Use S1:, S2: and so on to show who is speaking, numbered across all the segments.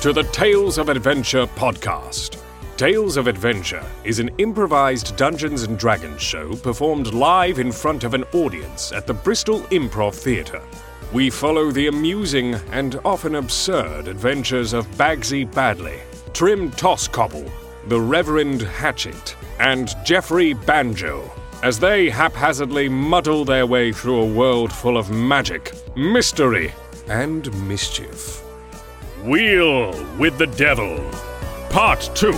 S1: to the Tales of Adventure podcast. Tales of Adventure is an improvised Dungeons and Dragons show performed live in front of an audience at the Bristol Improv Theatre. We follow the amusing and often absurd adventures of Bagsy Badley, Trim Toscobble, the Reverend Hatchet, and Jeffrey Banjo as they haphazardly muddle their way through a world full of magic, mystery, and mischief. Wheel with the Devil, Part 2.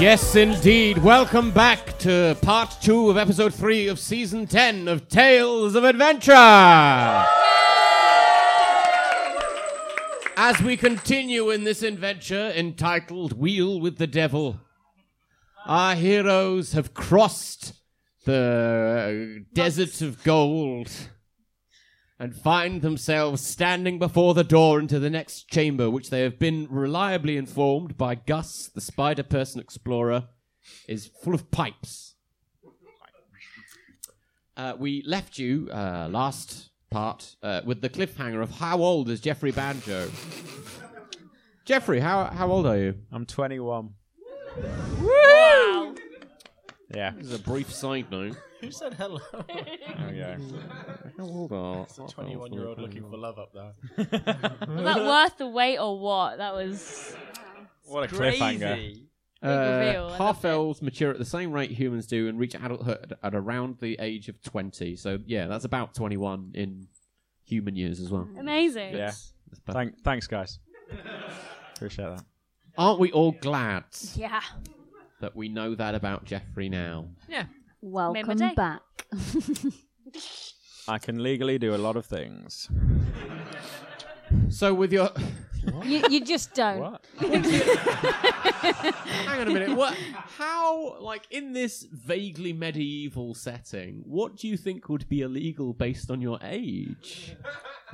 S2: Yes, indeed. Welcome back to part two of episode three of season 10 of Tales of Adventure. As we continue in this adventure entitled Wheel with the Devil, our heroes have crossed the desert of gold and find themselves standing before the door into the next chamber, which they have been reliably informed by Gus, the spider person explorer, is full of pipes. Uh, we left you uh, last part uh, with the cliffhanger of how old is Jeffrey Banjo? Jeffrey, how, how old are you?
S3: I'm 21. Woo! Yeah.
S2: This is a brief side note.
S4: Who said hello?
S3: There we go.
S2: How old are
S4: 21 year old looking for love up there.
S5: Was that worth the wait or what? That was
S3: What a cliffhanger.
S4: Crazy.
S5: reveal, I
S2: Uh,
S5: love
S2: half
S5: it.
S2: elves mature at the same rate humans do and reach adulthood at around the age of 20. So, yeah, that's about 21 in human years as well.
S5: amazing.
S3: Yeah. Thank, thanks, guys. Appreciate that.
S2: Aren't we all glad
S5: Yeah.
S2: that we know that about Jeffrey now?
S5: Made my
S6: Welcome
S5: day.
S6: back.
S3: I can legally do a lot of things.
S2: So, with your.
S6: you, you just don't.
S3: What?
S2: Hang on a minute. What? How, like, in this vaguely medieval setting, what do you think would be illegal based on your age?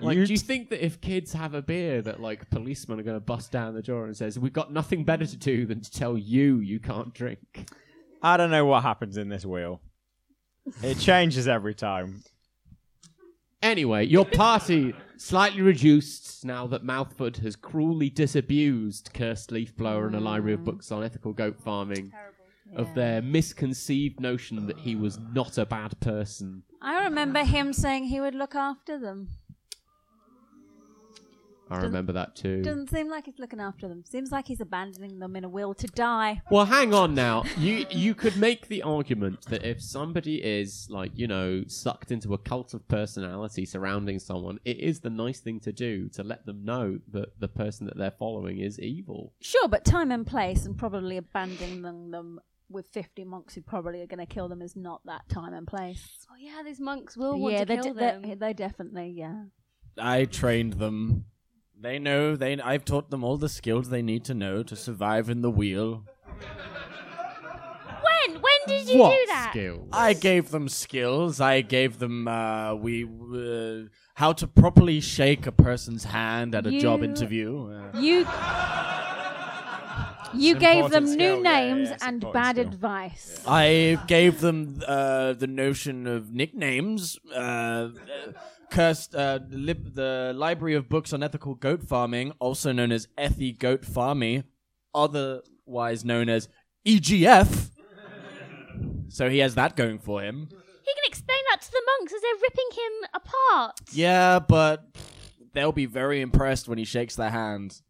S2: Like,
S3: You
S2: do you think that if kids have a beer, that like policemen are going to bust down the door and says, "We've got nothing better to do than to tell you you can't drink"?
S3: I don't know what happens in this wheel. It changes every time.
S2: Anyway, your party slightly reduced now that Mouthford has cruelly disabused Cursed Leaf Blower and a library of books on ethical goat farming of their misconceived notion that he was not a bad person.
S6: I remember him saying he would look after them.
S2: I remember that too.
S6: Doesn't seem like he's looking after them. Seems like he's abandoning them in a will to die.
S2: Well, hang on now. You you could make the argument that if somebody is like you know sucked into a cult of personality surrounding someone, it is the nice thing to do to let them know that the person that they're following is evil.
S6: Sure, but time and place and probably abandoning them with 50 monks who probably are going to kill them is not that time and place.
S5: Oh yeah, these monks will want
S6: yeah,
S5: to
S6: they,
S5: kill
S6: de-
S5: them.
S6: they they definitely, yeah.
S7: I trained them. They know. They I've taught them all the skills they need to know to survive in the wheel.
S5: when? When did you
S2: what
S5: do that?
S2: skills?
S7: I gave them skills. I gave them uh, we uh, how to properly shake a person's hand at a job
S6: You-
S7: interview. Uh,
S6: You You gave
S3: important
S6: them
S3: skill,
S6: new
S3: yeah, yeah,
S6: names
S3: it's
S6: and
S3: important
S6: bad
S3: skill.
S6: advice.
S7: I gave them uh, the notion of nicknames. Uh, uh, cursed uh, lib- the Library of Books on Ethical Goat Farming, also known as Ethy Goat Farmy, otherwise known as EGF. So he has that going for him.
S5: He can explain that to the monks as they're ripping him apart.
S7: Yeah, but they'll be very impressed when he shakes their hand.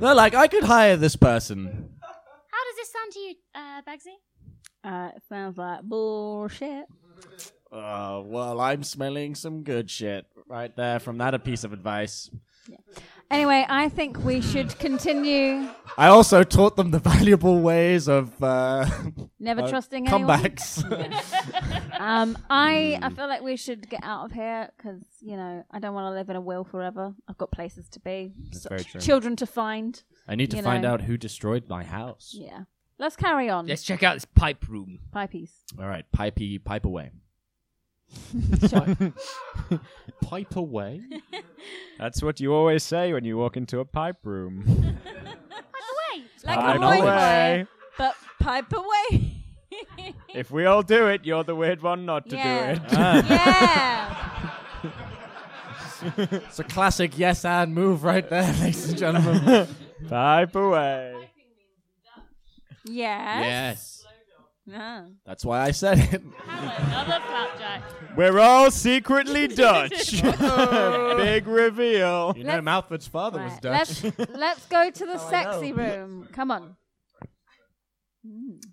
S7: They're like, I could hire this person.
S5: How does this sound to you, uh, Bagsy?
S6: Uh, it sounds like bullshit.
S7: Uh, well, I'm smelling some good shit right there from that a piece of advice.
S6: Anyway, I think we should continue
S7: I also taught them the valuable ways of uh,
S6: never trusting anyone.
S7: comebacks.
S6: Um, I
S7: Hmm.
S6: I feel like we should get out of here because you know I don't want to live in a will forever. I've got places to be, so-
S7: very true.
S6: children to find.
S7: I need to
S6: You
S7: find
S6: know.
S7: out who destroyed my house.
S6: Yeah, let's carry on.
S8: Let's check out this pipe room.
S6: Pipies.
S7: All right, pipey, pipe away.
S2: Pipe away.
S3: That's what you always say when you walk into a pipe room.
S5: By the way,
S6: Like
S3: pipe
S6: a moin
S3: away.
S6: but pipe away.
S3: If we all do it, you're the weird one not to
S6: yeah.
S3: do it.
S6: yeah.
S9: It's a classic yes and move right there, ladies and gentlemen.
S3: Pipe away.
S6: Yes.
S2: Yes.
S6: No.
S9: That's why I said it.
S5: Another flapjack.
S3: We're all secretly Dutch. Big reveal.
S4: You know,
S6: Let's-
S4: Mouthford's father was
S6: Right,
S4: Dutch.
S6: Let's let's go to the sexy room. Come on.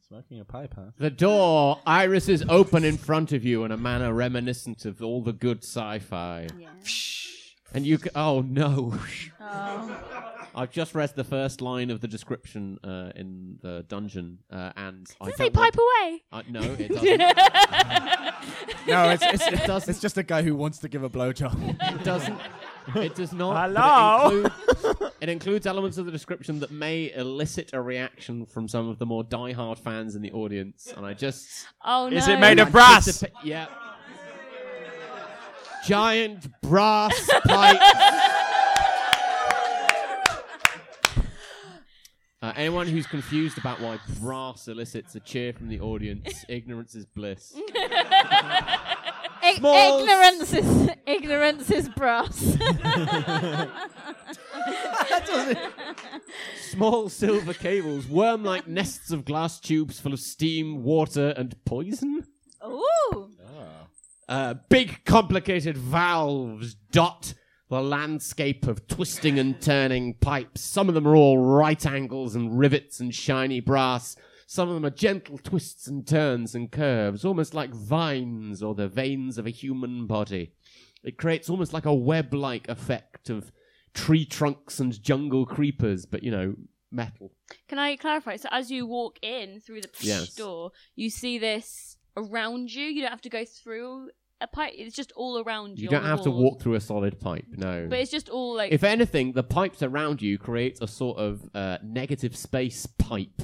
S9: Smoking a pipe, huh?
S2: The door, Iris, is open in front of you in a manner reminiscent of all the good sci-fi.
S6: Yeah.
S2: And you, c- oh no,
S6: Oh.
S2: I've just read the first line of the description uh, in the dungeon, uh, and I
S5: Does it say
S2: don't want-
S5: pipe away?
S2: Uh, no, it doesn't.
S9: No, it's, it's,
S2: It doesn't.
S9: it's just a guy who wants to give a blowjob.
S2: It doesn't. It does not. but
S3: Hello?
S2: It, include- it includes elements of the description that may elicit a reaction from some of the more die-hard fans in the audience, and I just
S5: Oh no.
S3: Is it made of brass?
S2: anticipa- yeah. Giant brass pipes. Uh, anyone who's confused about why brass elicits a cheer from the audience, ignorance is bliss.
S6: I-
S2: Smalls.
S6: ignorance is ignorance is brass.
S2: Small silver cables worm like nests of glass tubes full of steam, water, and poison.
S6: Ooh.
S2: Uh, big complicated valves dot the landscape of twisting and turning pipes. Some of them are all right angles and rivets and shiny brass. Some of them are gentle twists and turns and curves, almost like vines or the veins of a human body. It creates almost like a web like effect of tree trunks and jungle creepers, but you know, metal.
S5: Can I clarify? So as you walk in through the
S2: Yes.
S5: door, you see this around you. You don't have to go through a pipe. It's just all around you.
S2: You
S5: on
S2: don't
S5: the
S2: have to
S5: walls.
S2: walk through a solid pipe, no.
S5: But it's just all like
S2: If anything, the pipes around you create a sort of uh, negative space pipe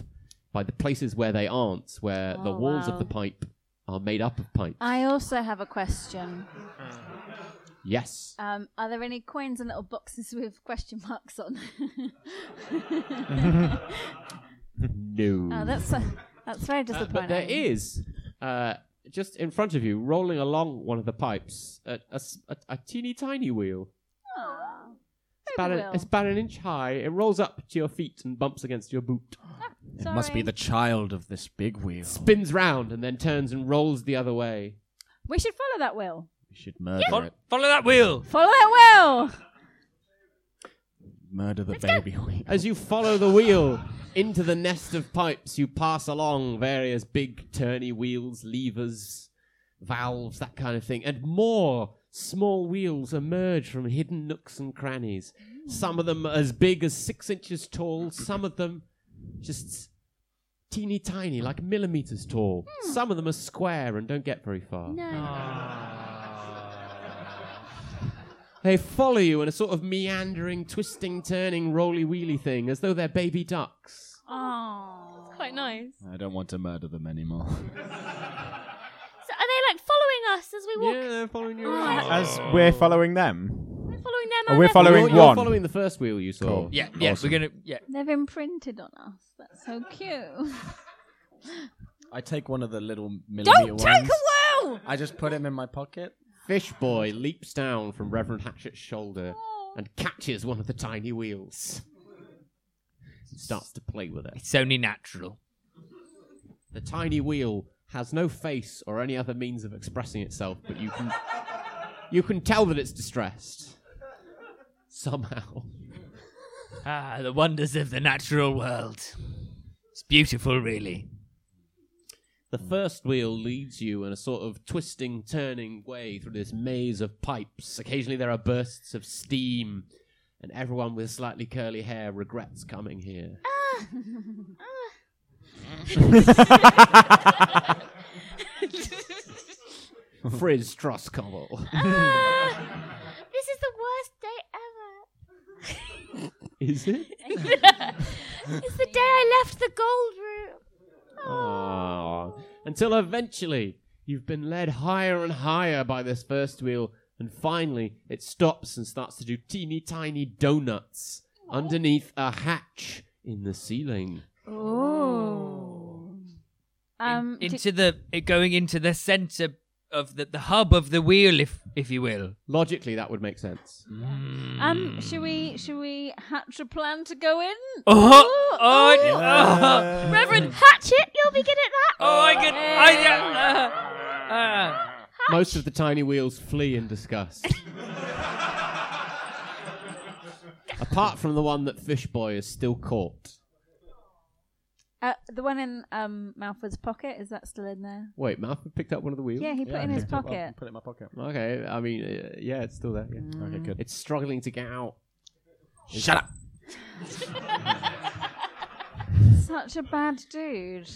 S2: by the places where they aren't, where the
S6: Oh,
S2: walls
S6: wow.
S2: of the pipe are made up of pipes.
S6: I also have a question.
S2: yes.
S6: Um, are there any coins and little boxes with question marks on?
S2: No.
S6: oh, that's that's very
S2: Uh,
S6: disappointing.
S2: but there is, uh, just in front of you, rolling along one of the pipes, a, a s- a- a teeny tiny wheel.
S6: Aw.
S2: It's about,
S6: Baby
S2: an,
S6: wheel.
S2: it's about an inch high. It rolls up to your feet and bumps against your boot.
S9: It must be the child of this big wheel.
S2: Spins round and then turns and rolls the other way.
S6: We should follow that will.
S9: We should murder it.
S10: Follow that wheel.
S6: Follow that will.
S9: Murder the baby wheel.
S2: As you follow the wheel into the nest of pipes, you pass along various big turny wheels, levers, valves, that kind of thing, and more small wheels emerge from hidden nooks and crannies. Some of them as big as six inches tall, some of them just teeny tiny, like millimeters tall.
S5: Hmm.
S2: Some of them are square and don't get very far.
S6: No.
S2: They follow you in a sort of meandering, twisting, turning, roly wheely thing, as though they're baby ducks.
S6: Oh.
S5: quite nice.
S9: I don't want to murder them anymore.
S5: So are they like following us as we walk?
S2: Yeah, they're following you.
S5: Oh,
S2: around.
S5: that's-
S3: As we're following them.
S5: we're following them.
S3: Oh,
S5: aren't
S3: we're
S5: they?
S3: following
S2: you're, you're
S3: one.
S2: following the first wheel you saw.
S3: Cool.
S10: Yeah, yeah, we're gonna. Yeah,
S6: They've imprinted on us. That's so cute.
S9: I take one of the little
S6: Don't
S9: millimeter
S6: take
S9: ones.
S6: a will.
S9: I just put him in my pocket.
S2: Fish boy leaps down from Reverend Hatchet's shoulder and catches one of the tiny wheels. Starts to play with it.
S10: it's only natural.
S2: The tiny wheel has no face or any other means of expressing itself, but you can you can tell that it's distressed. Somehow.
S10: Ah, the wonders of the natural world. It's beautiful, really.
S2: The first wheel leads you in a sort of twisting, turning way through this maze of pipes. Occasionally there are bursts of steam, and everyone with slightly curly hair regrets coming here. Frizz Troscobble
S5: Ah, This is the worst day ever.
S2: Is it?
S5: It's the day I left the gold room.
S2: Aww. Until eventually, you've been led higher and higher by this first wheel, and finally, it stops and starts to do teeny tiny donuts underneath a hatch in the ceiling.
S6: Ooh. Um, do-
S10: into the uh, going into the center of the, the hub of the wheel, if if you will.
S2: Logically, that would make sense.
S6: um, should we should we hatch a plan to go in?
S10: Oh,
S6: Ooh,
S10: oh,
S6: ooh.
S10: oh,
S5: Reverend Hatchet, you'll be good at that.
S10: oh, I get, I get. uh, uh.
S2: Most of the tiny wheels flee in disgust. Apart from the one that Fish Boy is still caught.
S6: Uh, the one in um, Malford's pocket is that still in there?
S2: Wait, Malcolm picked up one of the wheels?
S6: Yeah, he put it in his pocket.
S4: Put it in my pocket.
S2: Okay, I mean, uh, yeah, it's still there. yeah.
S5: Mm.
S3: Okay, good.
S2: It's struggling to get out.
S3: Shut up.
S6: Such a bad dude.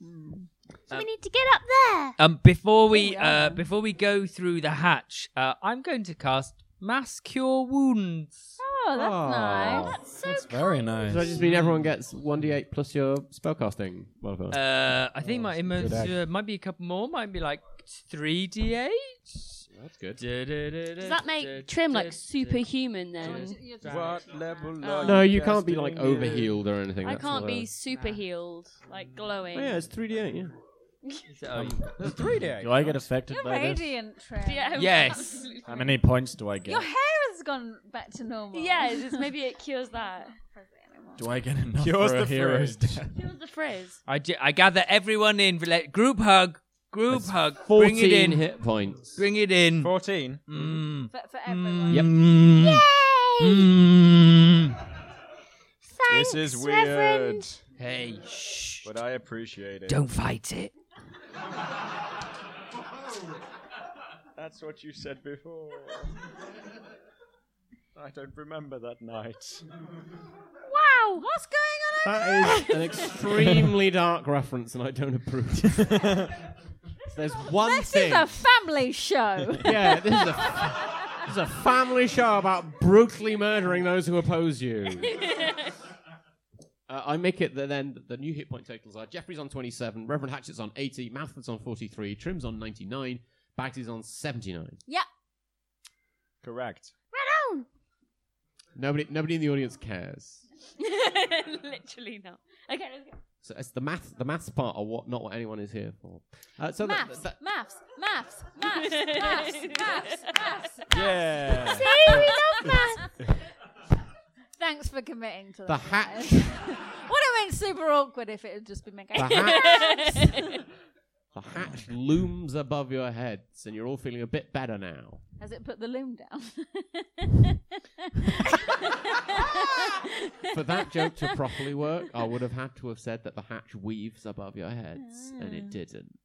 S5: we need to get up there.
S10: Um, before we uh, before we go through the hatch, uh, I'm going to cast mass cure wounds.
S6: Oh, that's nice.
S3: That's very nice.
S2: So I just mean everyone gets 1d8 plus your spellcasting modifier.
S10: Uh, I think my emo-
S3: Oh, good
S10: uh, might be a couple more. Might be like three d eight.
S2: That's good.
S10: Does
S5: Does that make Trim like superhuman then?
S3: What level
S2: No, you can't be like overhealed or anything.
S5: I
S2: that's
S5: can't
S2: not
S5: be
S2: a-
S5: super healed, like glowing.
S2: Oh, yeah, it's 3d8. Yeah.
S10: Um,
S3: Three day.
S9: Do I get affected
S6: You're
S9: by this?
S6: radiant, Trim.
S5: Yeah,
S10: Yes.
S5: absolutely.
S3: How many points do I
S6: Your
S3: get?
S6: hair has gone back to normal.
S5: Yeah, it's just maybe it cures that.
S9: Do I get enough
S3: Yours
S9: for
S3: the
S9: a hero's
S3: fridge.
S9: death?
S5: Cures the frizz.
S10: I, ju- I gather everyone in. Let group hug. Group hug.
S2: 14
S10: Bring it in.
S2: hit points.
S10: Bring it in.
S3: Fourteen.
S10: Mm.
S6: For, for everyone.
S2: Yep.
S10: Mm. Mm.
S3: This is weird,
S10: Hey, shh.
S3: but I appreciate it.
S10: Don't fight it.
S3: That's what you said before. I don't remember that night.
S6: Wow, what's going on?
S2: That is an extremely dark reference, and I don't approve. There's one
S6: This
S2: thing.
S6: is a family show.
S2: yeah, this is a, this is a family show about brutally murdering those who oppose you. Uh, I make it that then the new hit point totals are Jeffrey's on 27, Reverend Hatchet's on 80, Mouthford's on 43, Trim's on 99, Bagsy's on 79.
S3: Correct.
S2: Nobody, nobody in the audience cares.
S5: Literally not. Okay, let's go.
S2: So it's the math, the maths part, are what not what anyone is here for. Uh, so that-
S6: Maths,
S2: that-
S6: maths, maths, maths, maths, maths, maths.
S3: Yeah.
S6: Thanks for committing to that.
S2: the
S6: guys.
S2: hatch,
S6: Would have been super awkward if it had just been me
S2: the
S6: going.
S2: hatch, the hatch looms above your heads, and you're all feeling a bit better now.
S6: Has it put the loom down?
S2: For that joke to properly work, I would have had to have said that the hatch weaves above your heads, and
S5: Ah.
S2: it didn't.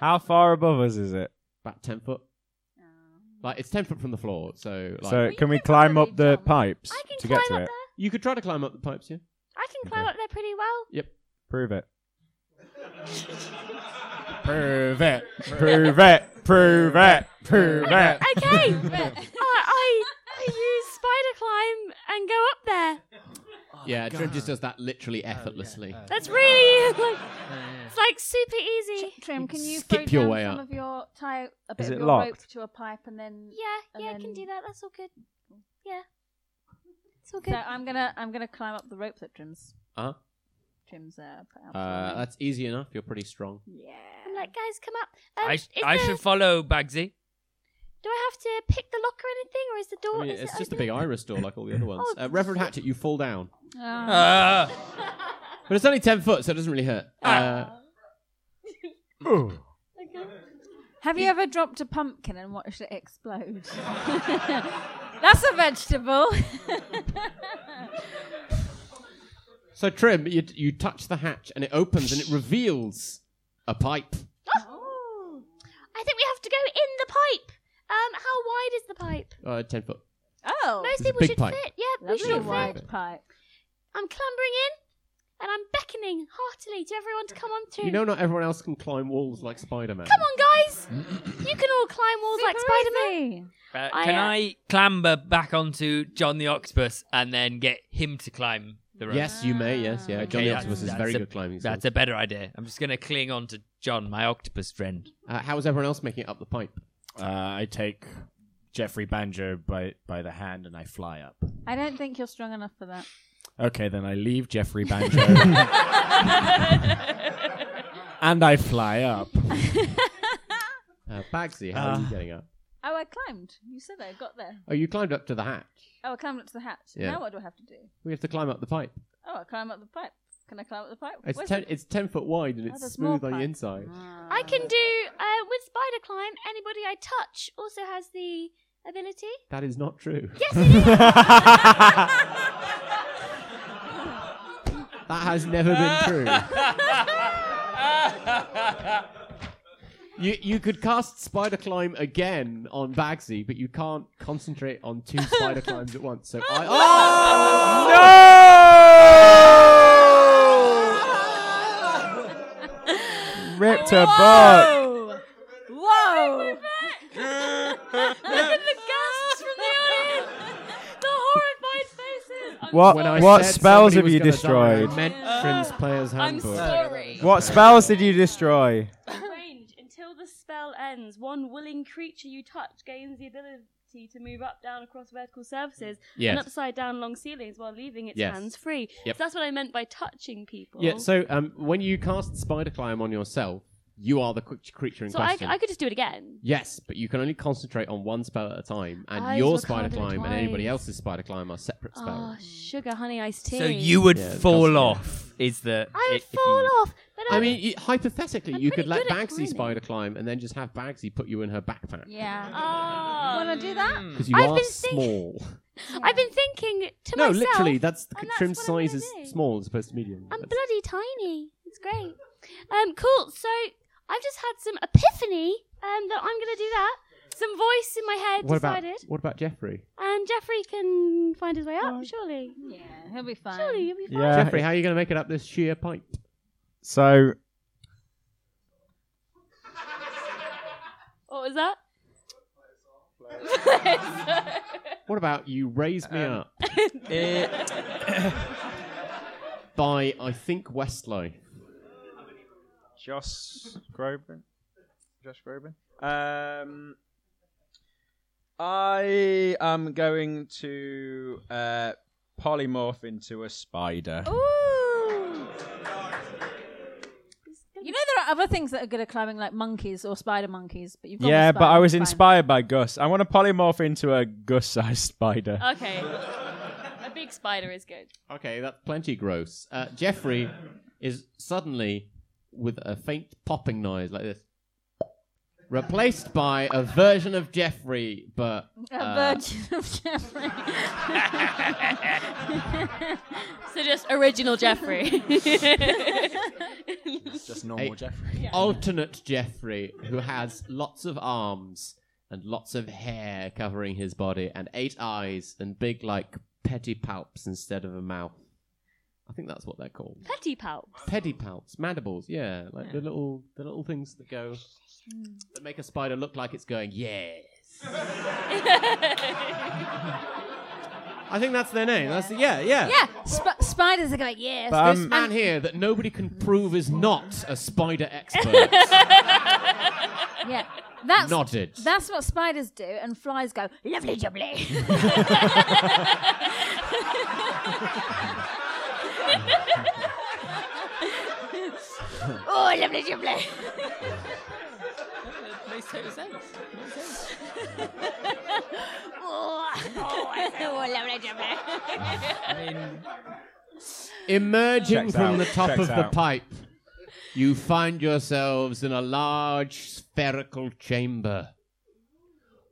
S3: How far above us is it?
S2: About ten foot.
S5: Oh.
S2: Like it's ten foot from the floor, so like
S3: so
S6: you
S3: can we
S6: can
S3: climb
S6: probably
S3: up the
S6: jump.
S3: pipes
S5: I can
S3: to
S5: climb
S3: get to
S5: up
S3: it?
S5: there.
S2: you could try to climb up the pipes here.
S5: I can climb up there pretty well.
S2: Yep.
S3: Prove it.
S9: Prove it.
S3: Prove it. Prove it. Prove it.
S5: Okay. I, I I use spider climb and go up there. Oh
S2: yeah, Trim just does that literally effortlessly.
S5: That's really like it's like super easy.
S6: Trim, can you
S2: Skip
S6: throw
S2: your
S6: down
S2: way
S6: some
S2: up.
S6: of your tie a bit
S3: Is
S6: of
S3: it
S6: your
S3: locked?
S6: rope to a pipe and then
S5: Yeah,
S6: And
S5: yeah, I can
S6: then-
S5: do that. That's all good. Yeah. It's all
S6: So
S5: good.
S6: I'm gonna I'm gonna climb up the rope that Trim's
S2: Uh-huh.
S6: Trim's uh, put out. for
S2: Uh,
S6: me.
S2: that's easy enough. You're pretty strong.
S5: I'm
S6: yeah.
S5: like, guys, come up. Um,
S10: I,
S5: is
S10: sh- I
S5: the-
S10: should follow Bagsy.
S5: Do I have to pick the lock or anything, or is the
S2: I
S5: door?
S2: mean,
S5: is
S2: it's
S5: it
S2: just a
S5: open?
S2: big iris door like all the other ones.
S5: Oh,
S2: Uh, Reverend Hatchet, you fall down,
S6: Ah.
S10: Uh,
S2: but it's only ten foot, so it doesn't really hurt.
S5: Ah.
S2: Uh,
S6: Have you ever dropped a pumpkin and watched it explode? That's a vegetable.
S2: So Trim, you, you touch the hatch and it opens and it reveals a pipe.
S5: Oh! I think we have to go in the pipe. Um, how wide is the pipe?
S2: Uh, ten foot.
S6: oh,
S2: It's
S5: Most
S2: a
S5: people
S2: big
S5: should
S2: pipe.
S5: fit. Yeah, we
S6: lovely
S5: should all fit.
S6: wide pipe.
S5: I'm clambering in, and I'm beckoning heartily to everyone to come on through.
S2: You know, not everyone else can climb walls like Spider-Man.
S5: come on, guys! you can all climb walls like Spider Man.
S10: uh,
S5: I,
S10: can
S5: uh,
S10: I clamber back onto John the Octopus and then get him to climb the rope?
S2: Yes, you may. Yes, yeah. John the
S10: that's-
S2: Octopus is
S10: that's
S2: very
S10: a-
S2: good climbing.
S10: That's a better idea. I'm just going to cling on to John, my octopus friend.
S2: Uh, how is everyone else making it up the pipe?
S9: Uh, I take Jeffrey Banjo by by the hand and I fly up.
S6: I don't think you're strong enough for that.
S9: Okay, then I leave Jeffrey Banjo. and I fly up.
S2: Uh, Bagsy, how
S10: Ah.
S2: are you getting up?
S6: Oh, I climbed. You said I got there.
S2: Oh, you climbed up to the hatch.
S6: Oh, I climbed up to the hatch.
S2: Yeah.
S6: Now what do I have to do?
S2: We have to climb up the pipe.
S6: Oh, I climb up the pipe. Can I climb up the pipe?
S2: It's
S6: Where's
S2: ten.
S6: the-
S2: It's ten foot wide and
S6: Oh,
S2: it's
S6: the small
S2: smooth on the
S6: pipe.
S2: inside.
S5: I can do uh, with spider climb. Anybody I touch also has the ability.
S2: That is not true.
S5: Yes, it is.
S2: That has never been true. You, you could cast spider climb again on Bagsy, but you can't concentrate on two spider climbs at once. So I Ah!
S3: Ripped her butt.
S6: Whoa!
S5: Look at the gasps from the audience. The horrified faces. I'm
S3: What-
S2: when I said
S3: spells
S2: somebody
S3: have
S2: was
S3: you
S2: gonna die,
S3: destroyed?
S2: I meant Friends Player's
S5: Uh, I'm
S2: Handbook.
S5: sorry.
S3: What spells did you destroy?
S5: Range until the spell ends. One willing creature you touch gains the ability to move up, down, across vertical surfaces and
S2: Yes.
S5: upside down long ceilings while leaving its
S2: Yes.
S5: hands free.
S2: Yep.
S5: So that's what I meant by touching people.
S2: Yeah. So um, when you cast spider climb on yourself, you are the qu- creature in
S5: So I,
S2: question.
S5: I could just do it again.
S2: Yes, but you can only concentrate on one spell at a time, and
S5: Eyes
S2: your
S5: were
S2: spider
S5: covered
S2: climb and anybody
S5: twice.
S2: else's spider climb are separate
S5: Oh,
S2: spells.
S5: sugar, honey, iced tea.
S10: So you would
S2: Yeah, it does,
S10: fall
S2: yeah.
S10: off. Is the
S5: I
S10: i-
S5: would
S10: if you-
S5: fall off. But I,
S2: I mean, you, hypothetically,
S5: I'm
S2: you could
S5: pretty
S2: let
S5: good at
S2: Bagsy
S5: climbing.
S2: spider climb and then just have Bagsy put you in her backpack
S6: Yeah.
S10: Mm.
S5: Oh,
S6: Want to do that?
S2: because you
S5: I've
S2: are
S5: been thinking-
S2: small.
S5: I've been thinking to
S2: no,
S5: myself.
S2: literally, that's the
S5: and
S2: trim
S5: that's what I'm
S2: size
S5: gonna
S2: is
S5: do.
S2: small as opposed to medium.
S5: I'm
S2: That's-
S5: bloody tiny. It's great. Um, cool. So I've just had some epiphany. Um, that I'm gonna do that. Some voice in my head
S2: what about
S5: decided,
S2: what about Jeffrey?
S5: and Jeffrey can find his way up. Surely,
S6: Yeah, he'll be fine.
S5: surely you'll be fine.
S3: Yeah.
S2: Jeffrey, how are you going to make it up this sheer pipe?
S3: So
S5: What was that?
S2: What about you raise me up
S3: it,
S2: by I think Westlow?
S3: Josh Groban. Josh Groban. Um, I am going to uh, polymorph into a spider.
S6: Ooh. You know there are other things that are good at climbing, like monkeys or spider monkeys, but you've got
S3: Yeah,
S6: a spider,
S3: but I was
S6: it's fine.
S3: inspired by Gus. I want to polymorph into a Gus-sized spider.
S6: Oh,
S5: Okay.
S3: Uh,
S5: A big spider is good.
S2: Okay, that's plenty gross. Uh, Jeffrey is suddenly, with a faint popping noise like this, replaced by a version of Jeffrey, but
S6: A
S2: uh,
S6: virgin of Jeffrey.
S5: So just original Jeffrey.
S9: Just
S2: Hey.
S9: normal Jeffrey.
S2: alternate Jeffrey, who has lots of arms and lots of hair covering his body, and eight eyes and big, like, pedipalps instead of a mouth. I think that's what they're called.
S5: Petty palps.
S2: Pedipalps, mandibles, Oh. yeah, like the little, the little things that go that make a spider look like it's going yes. I think that's their name. That's yeah, yeah.
S6: yeah, sp- spiders are going. Yes,
S3: But,
S2: This
S3: um,
S2: man here that nobody can prove is not a spider expert
S6: yeah. That's
S2: nodded.
S6: that's what spiders do, and flies go lovely jubbly. oh, lovely jubbly. Oh, oh, lovely jubbly.
S2: Emerging
S3: Checks
S2: from
S3: out,
S2: the top
S3: checks
S2: of the
S3: out.
S2: pipe, you find yourselves in a large spherical chamber.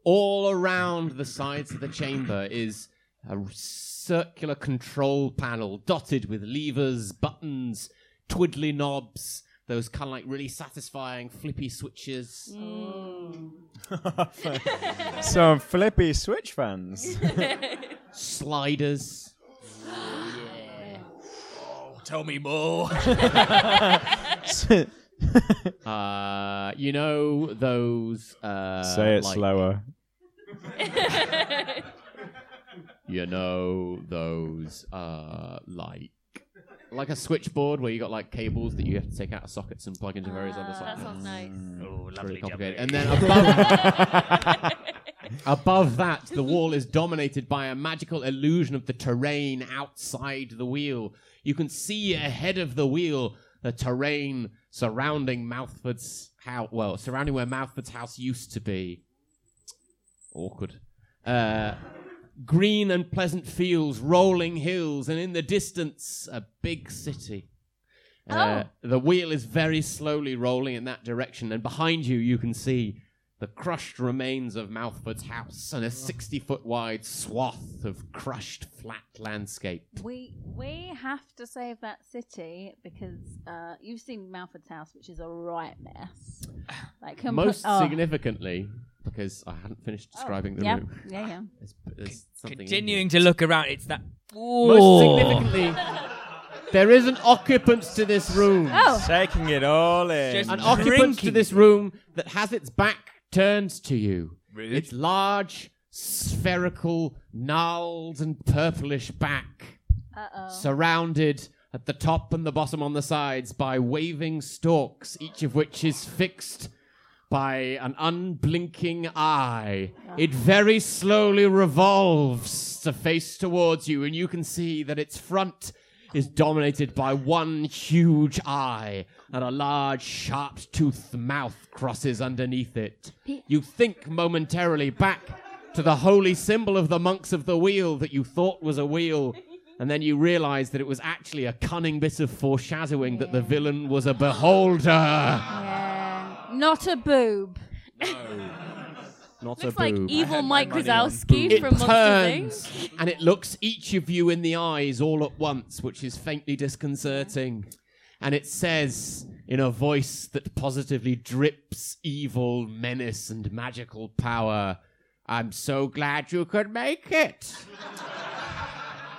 S2: All around the sides of the chamber is a r- circular control panel dotted with levers, buttons, twiddly knobs, those kind of like really satisfying flippy switches.
S3: Some flippy Switch fans.
S2: sliders. Uh, you know those. Uh,
S3: Say it
S2: like-
S3: slower.
S2: You know those uh, like like a switchboard where you got like cables that you have to take out of sockets and plug into various other Mm,
S5: That
S2: sockets.
S5: sounds nice.
S2: It's really complicated. And then above Above that, the wall is dominated by a magical illusion of the terrain outside the wheel. You can see ahead of the wheel the terrain surrounding Mouthford's house, well, surrounding where Mouthford's house used to be. Awkward. Uh, green and pleasant fields, rolling hills, and in the distance, a big city. Uh,
S6: Oh.
S2: the wheel is very slowly rolling in that direction, and behind you, you can see the crushed remains of Mouthford's house and a 60 foot wide swath of crushed flat landscape.
S6: We we have to save that city because uh, you've seen Malford's house, which is a right mess. Like compa-
S2: Most
S6: oh.
S2: significantly, because I hadn't finished describing the
S6: yeah,
S2: room.
S6: Yeah, yeah.
S2: There's, there's something in
S10: Continuing to look around, it's that.
S2: here. Most
S10: Whoa.
S2: significantly, there is an occupant to this room.
S6: Oh,
S3: Taking it all in.
S10: Just-
S2: an occupant to
S10: Drinking.
S2: this room that has its back turned to you. Its large, spherical, gnarled, and purplish back, surrounded at the top and the bottom on the sides by waving stalks, each of which is fixed by an unblinking eye. It very slowly revolves to face towards you, and you can see that its front is dominated by one huge eye, and a large, sharp toothed mouth crosses underneath it. You think momentarily back to the holy symbol of the monks of the wheel that you thought was a wheel. And then you realize that it was actually a cunning bit of foreshadowing that the villain was a beholder.
S6: yeah. Not a boob.
S2: Not
S11: Looks
S2: a
S11: like
S10: e-
S2: boob.
S11: evil Mike
S2: it
S11: Wazowski from Monster Inc.
S2: turns and it looks each of you in the eyes all at once, which is faintly disconcerting. And it says in a voice that positively drips evil menace and magical power, I'm so glad you could make it.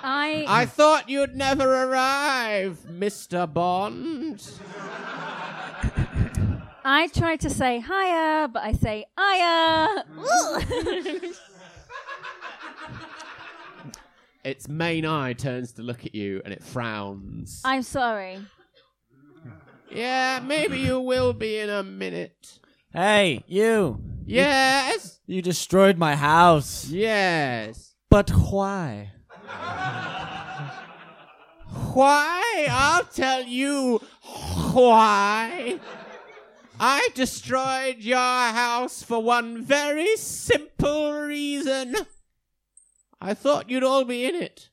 S6: I
S2: I thought you'd never arrive, Mr. Bond.
S6: I try to say hiya, but I say aya.
S2: Its main eye turns to look at you and it frowns.
S6: I'm sorry.
S2: yeah, maybe you will be in a minute.
S9: Hey, you.
S2: Yes.
S9: You destroyed my house.
S2: Yes.
S9: But why?
S2: Why? I'll tell you why. I destroyed your house for one very simple reason. I thought you'd all be in it.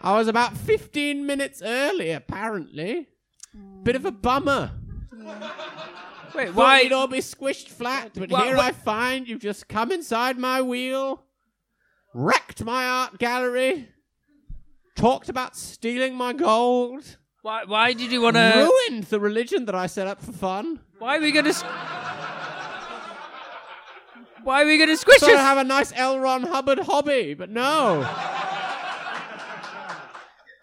S2: I was about 15 minutes early, apparently. Bit of a bummer.
S10: Wait,
S2: Why?
S10: why?
S2: You'd all be squished flat, but
S10: Wha-
S2: here
S10: wha-
S2: I find you've just come inside my wheel, wrecked my art gallery, talked about stealing my gold,
S10: Why, why did you want to?
S2: ruined the religion that I set up for fun.
S10: Why are we gonna? s- Why are we gonna squish
S2: Thought I'd
S10: us?
S2: have a nice L. Ron Hubbard hobby, but no.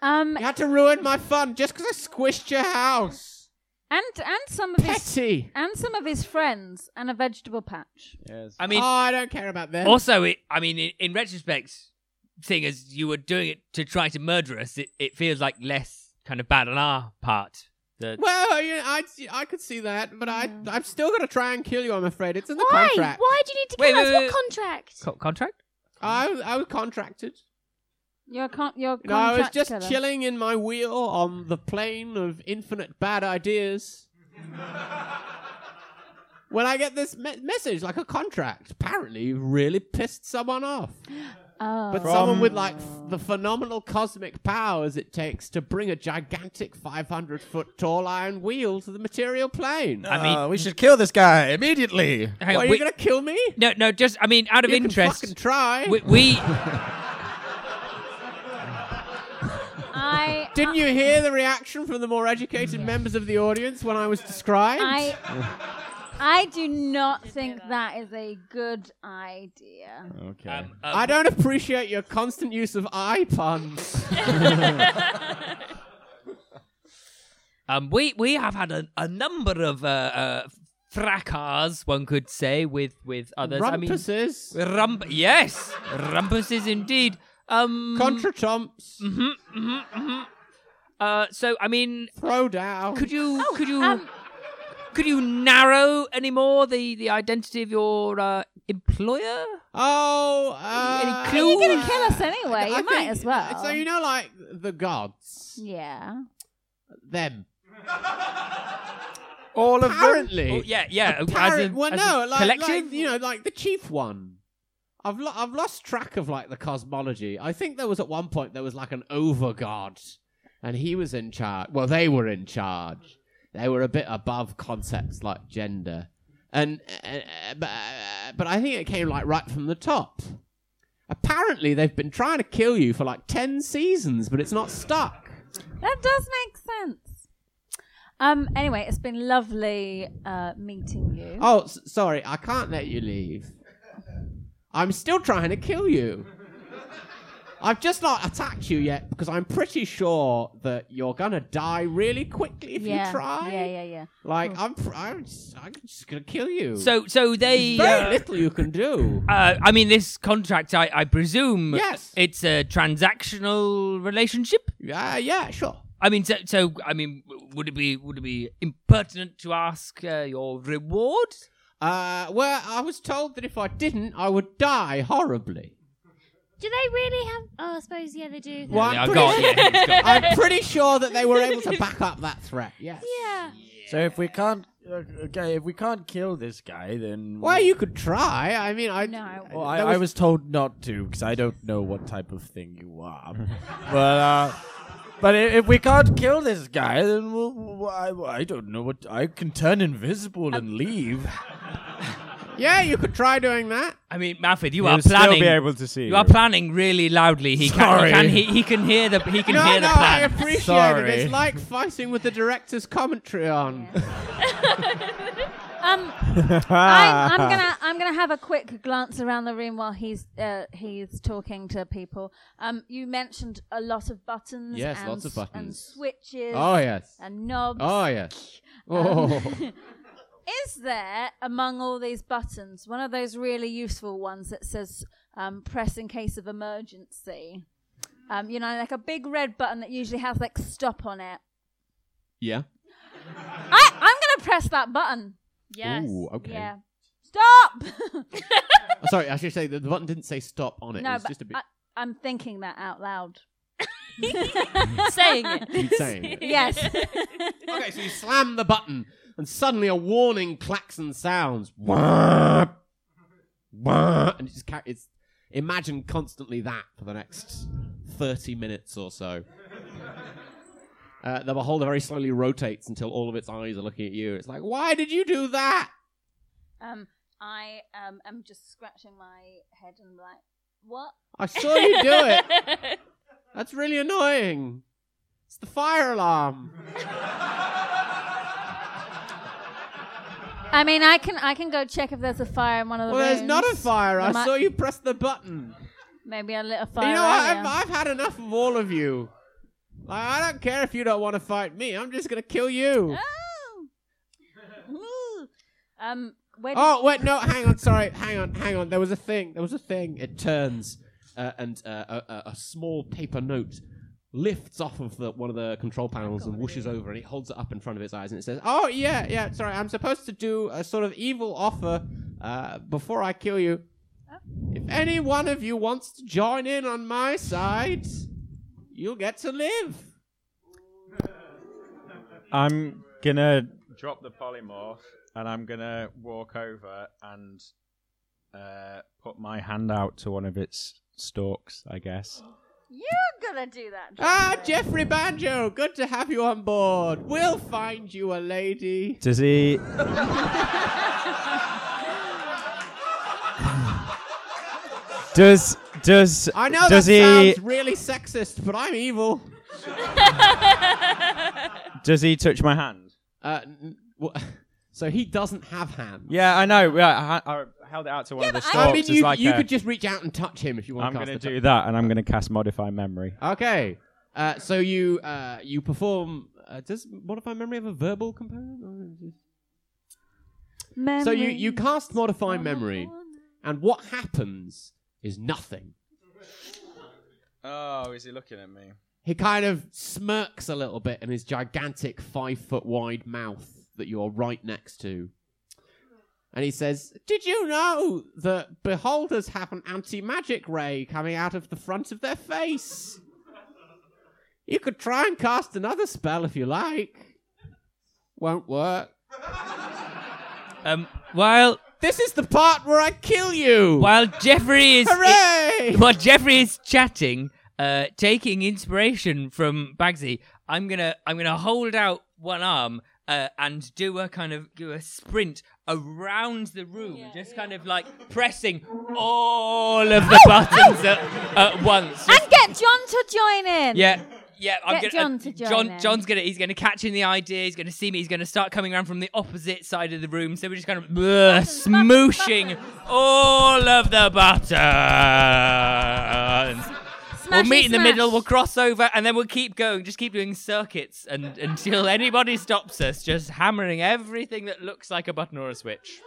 S6: Um,
S2: You had to ruin my fun just because I squished your house.
S6: and and some of his
S2: Petty.
S6: and some of his friends and a vegetable patch.
S10: I mean,
S2: oh, I don't care about them.
S10: also, it, I mean, in, in retrospect, seeing as you were doing it to try to murder us, it, it feels like less kind of bad on our part. The-
S2: Well, you I, I could see that, but I, I'm still going to try and kill you, I'm afraid. It's in the
S5: Why?
S2: contract.
S5: Why do you need to
S10: Wait,
S5: kill us?
S10: wait, wait.
S5: What contract?
S10: Co- contract?
S2: I, I was contracted.
S6: Your con- your
S2: No, I was
S6: contract
S2: just
S6: killer.
S2: chilling in my wheel on the plane of infinite bad ideas. when I get this me- message, like a contract, apparently you really pissed someone off.
S6: Oh.
S2: But someone with like f- the phenomenal cosmic powers it takes to bring a gigantic 500 foot tall iron wheel to the material plane.
S10: I mean,
S9: we should kill this guy immediately.
S2: Why,
S10: hang on,
S2: are
S10: we-
S2: you gonna kill me?
S10: no, no, just I mean, out of
S2: you
S10: interest,
S2: can fucking try.
S10: we, we
S6: I
S2: Didn't you hear the reaction from the more educated members of the audience when I was described?
S6: I I do not think that is a good idea.
S9: Okay.
S10: um,
S2: I
S10: um,
S2: don't appreciate your constant use of I puns.
S10: um, we we have had a, a number of uh, uh, fracas, one could say, with with others.
S2: Rumpuses.
S10: I mean, rump. Yes, rumpuses indeed.
S6: Mm.
S10: Um,
S2: Contra Chomps.
S10: uh, so I mean,
S2: Throw down.
S10: could you could you
S6: Um,
S10: could you narrow any more the, the identity of your uh, employer?
S2: Oh, uh,
S10: any
S6: You're
S10: clues?
S6: gonna kill us anyway.
S2: I
S6: You might
S2: think-
S6: as well.
S2: So you know, like the gods,
S6: Yeah.
S2: them.
S3: All of
S2: Apparently,
S10: Oh, yeah, yeah.
S2: Apparent-
S10: as a,
S2: well,
S10: as
S2: no,
S10: a
S2: like,
S10: collective,
S2: like, you know, like the chief one. I've lo- I've lost track of like the cosmology. I think there was at one point there was like an overgod, and he was in charge. Well, they were in charge. They were a bit above concepts like gender, and uh, uh, but, uh, but I think it came like right from the top. Apparently, they've been trying to kill you for like ten seasons, but it's not stuck.
S6: That does make sense. Um. Anyway, it's been lovely uh, meeting you.
S2: Oh, s- sorry, I can't let you leave. I'm still trying to kill you. I've just not attacked you yet because I'm pretty sure that you're gonna die really quickly if
S6: yeah.
S2: you try.
S6: Yeah, Oh. yeah, yeah.
S2: Like I'm, pr- I'm, just, I'm just gonna kill you.
S10: so so they.
S2: There's very
S10: uh,
S2: little you can do.
S10: Uh, I mean, this contract, I, I presume,
S2: Yes.
S10: it's a transactional relationship.
S2: Yeah, yeah, sure.
S10: I mean, so, so I mean, w- would it be would it be impertinent to ask uh, your reward?
S2: Uh, well, I was told that if I didn't, I would die horribly.
S5: Do they really have? Oh, I suppose yeah, they do.
S2: Well,
S10: Yeah,
S2: I'm,
S10: I've
S2: pretty sure,
S10: got- yeah, it's got-
S2: I'm pretty sure that they were able to back up that threat. Yes.
S5: Yeah.
S9: So if we can't, uh, okay, if we can't kill this guy, then
S2: Well, you could try. I mean, I.
S6: No.
S9: Well, I,
S2: there
S9: I was told not to because I don't know what type of thing you are. but uh, but i- if we can't kill this guy, then we'll, we'll- I, I don't know what I can turn invisible and leave.
S2: Yeah, you could try doing that.
S10: I mean, Mafid, you
S3: You'll
S10: are
S3: still
S10: planning.
S3: be able to see.
S10: you are planning really loudly. He can, he can he, he can hear the he can
S2: No,
S10: hear
S2: no,
S10: the
S2: I
S10: plan.
S2: appreciate
S9: Sorry.
S2: it. It's like fighting with the director's commentary on.
S6: Um. I'm, I'm gonna I'm gonna have a quick glance around the room while he's uh, he's talking to people. Um, you mentioned a lot of buttons.
S2: Yes,
S6: and
S2: lots of
S6: s- and
S2: buttons.
S6: switches.
S2: Oh yes.
S6: And knobs.
S2: Oh
S6: Um,
S2: yes. Oh.
S6: Is there among all these buttons one of those really useful ones that says um, "press in case of emergency"? Um, you know, like a big red button that usually has like "stop" on it.
S2: yeah.
S6: I I'm gonna press that button.
S11: Yes.
S2: Ooh, okay.
S6: Yeah. Stop.
S2: Oh, Sorry, I should say that the button didn't say stop on it. it
S6: no,
S2: was
S6: but
S2: just a bit
S6: I, I'm thinking that out loud.
S11: Saying it.
S2: insane.
S6: Yes.
S2: okay, so you slam the button, and suddenly a warning klaxon sounds. Wah! Wah! And it just ca- it's imagine constantly that for the next thirty minutes or so. Uh, the beholder very slowly rotates until all of its eyes are looking at you. It's like, why did you do that?
S6: um, I um, am just scratching my head and like, what?
S2: I saw you do it. That's really annoying. It's the fire alarm.
S6: I mean, I can I can go check if there's a fire in one of the
S2: Well, there's not a
S6: rooms.
S2: fire. I
S6: There might-
S2: saw you press the button.
S6: Maybe I lit a fire.
S2: you know, I've,
S6: earlier.
S2: I've had enough of all of you. Like, I don't care if you don't want to fight me. I'm just gonna kill you.
S6: Oh. Ooh. Um, where did-
S2: Oh wait, no, hang on. Sorry, hang on, hang on. There was a thing. There was a thing. It turns, uh, and uh, a, a, a small paper note lifts off of the, one of the control panels and whooshes over, and it holds it up in front of its eyes, and it says, "Oh yeah, yeah. Sorry, I'm supposed to do a sort of evil offer uh, before I kill you. If any one of you wants to join in on my side, you'll get to live."
S3: I'm gonna drop the polymorph and I'm gonna walk over and uh, put my hand out to one of its stalks, I guess.
S6: You're gonna do that.
S2: Ah,
S6: Jeffrey.
S2: Jeffrey Banjo, good to have you on board. We'll find you a lady.
S3: Does he? does does
S2: I know
S3: does
S2: that
S3: he
S2: sounds really sexist, but I'm evil.
S3: does he touch my hand?
S2: Uh, n- wha- so he doesn't have hands.
S3: Yeah, I know. Yeah, I, I held it out to one of the stalks.
S2: I mean,
S3: as
S2: you,
S3: like
S2: you
S3: a-
S2: could just reach out and touch him if you want.
S3: I'm
S2: to
S3: gonna
S2: cast
S3: do that, and I'm gonna cast Modify Memory.
S2: that. Okay. Uh, so you uh, you perform. Uh, does modify memory have a verbal component? Or is it- So you, you cast modify memory, and what happens is nothing.
S3: Oh, is he looking at me?
S2: He kind of smirks a little bit in his gigantic five foot wide mouth. that you are right next to. And he says, Did you know that beholders have an anti magic ray coming out of the front of their face? You could try and cast another spell if you like. Won't work.
S10: Um, while
S2: This is the part where I kill you!
S10: while Jeffrey is
S2: Hooray!
S10: while Jeffrey is chatting, uh, taking inspiration from Bagsy, I'm gonna I'm gonna hold out one arm uh, and do a kind of do a sprint around the room, just kind of like pressing all of the buttons at, at once.
S6: And get John to join in.
S10: Yeah. Yeah, I'm
S6: Get
S10: gonna,
S6: John
S10: uh,
S6: to join
S10: John,
S6: in.
S10: John's gonna. He's gonna catch in the idea. He's gonna see me. He's gonna start coming around from the opposite side of the room. So we're just kind of uh, smooshing all of the buttons.
S6: Smashy
S10: we'll meet in the
S6: smash.
S10: middle. We'll cross over, and then we'll keep going. Just keep doing circuits, and until anybody stops us, just hammering everything that looks like a button or a switch.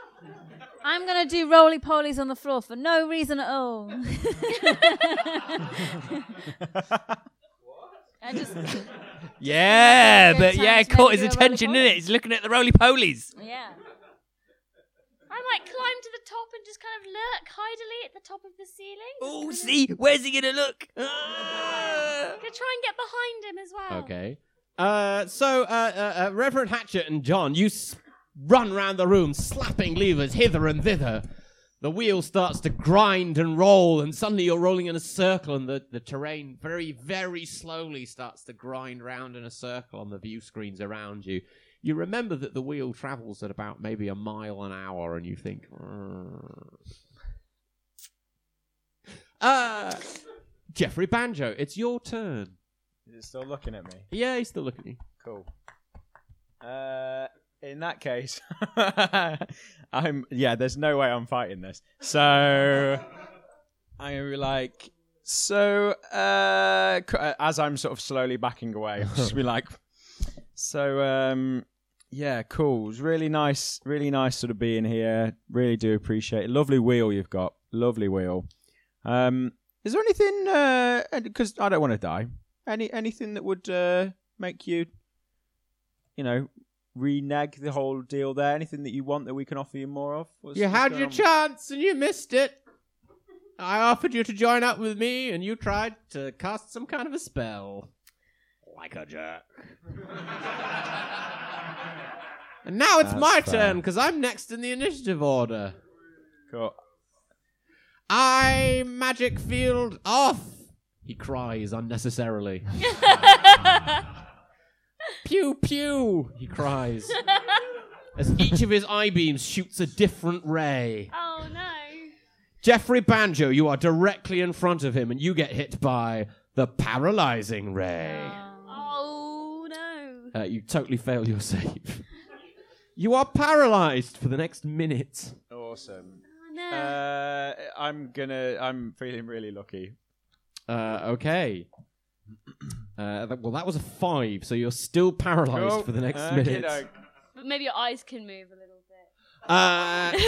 S6: I'm gonna do roly polies on the floor for no reason at all.
S11: I just
S10: Yeah,
S6: Good
S10: but
S6: time
S10: yeah,
S6: to
S10: caught
S6: make
S10: his
S6: you a roly
S10: attention in
S6: poly.
S10: it. He's looking at the roly polies.
S11: yeah.
S5: I might climb to the top and just kind of lurk hidily at the top of the ceiling.
S10: Oh, see, where's he gonna look? Ah.
S5: I'm gonna try and get behind him as well.
S2: Okay. Uh, so, uh, uh, uh, Reverend Hatchet and John, you s- run round the room, slapping levers hither and thither. The wheel starts to grind and roll, and suddenly you're rolling in a circle, and the, the terrain very, very slowly starts to grind round in a circle on the view screens around you. You remember that the wheel travels at about maybe a mile an hour, and you think. "Grrr." Uh, Jeffrey Banjo, it's your turn.
S3: Is it still looking at me?
S2: Yeah, he's still looking at you.
S3: Cool. Uh, in that case, I'm yeah. There's no way I'm fighting this. So I'm gonna be like, so uh, c- uh, as I'm sort of slowly backing away, I'm just be like, so um, yeah, cool. It was really nice, really nice sort of being here. Really do appreciate it. Lovely wheel you've got. Lovely wheel. Um, is there anything? Because I don't want to die. Any anything that would uh, make you you know, reneg the whole deal there? Anything that you want that we can offer you more of? What's-
S2: You
S3: what's
S2: had
S3: going
S2: your
S3: on?
S2: chance and you missed it. I offered you to join up with me, and you tried to cast some kind of a spell. Like a jerk. and now it's
S3: That's
S2: my
S3: fair.
S2: turn because I'm next in the initiative order.
S3: Cool.
S2: I magic field off. He cries unnecessarily. pew pew. He cries as each of his eye beams shoots a different ray.
S5: Oh no.
S2: Jeffrey Banjo, you are directly in front of him, and you get hit by the paralyzing ray.
S5: Oh no.
S2: Uh, you totally fail your save. you are paralyzed for the next minute.
S3: Awesome.
S5: Oh, no.
S3: Um, Uh, I'm gonna. I'm feeling really lucky.
S2: Uh, okay. Uh, th- well, that was a five, so you're still paralyzed
S3: Cool.
S2: for the next
S3: Okey
S2: minute.
S3: doke.
S5: but maybe your eyes can move a little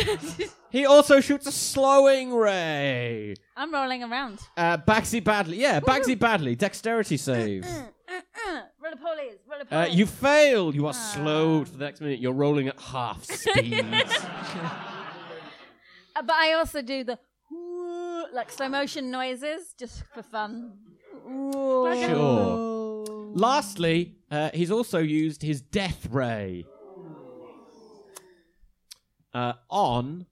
S5: bit.
S2: Uh, he also shoots a slowing ray.
S6: I'm rolling around.
S2: Uh, Bagsy Badley. Yeah, Bagsy Badley. Dexterity save.
S6: Uh-uh. roly polies, roly
S2: Uh,
S6: polies.
S2: you fail. You are slowed for the next minute. You're rolling at half speed.
S6: Uh, but I also do the like slow motion noises just for fun.
S2: sure. Lastly, uh, he's also used his death ray uh, on.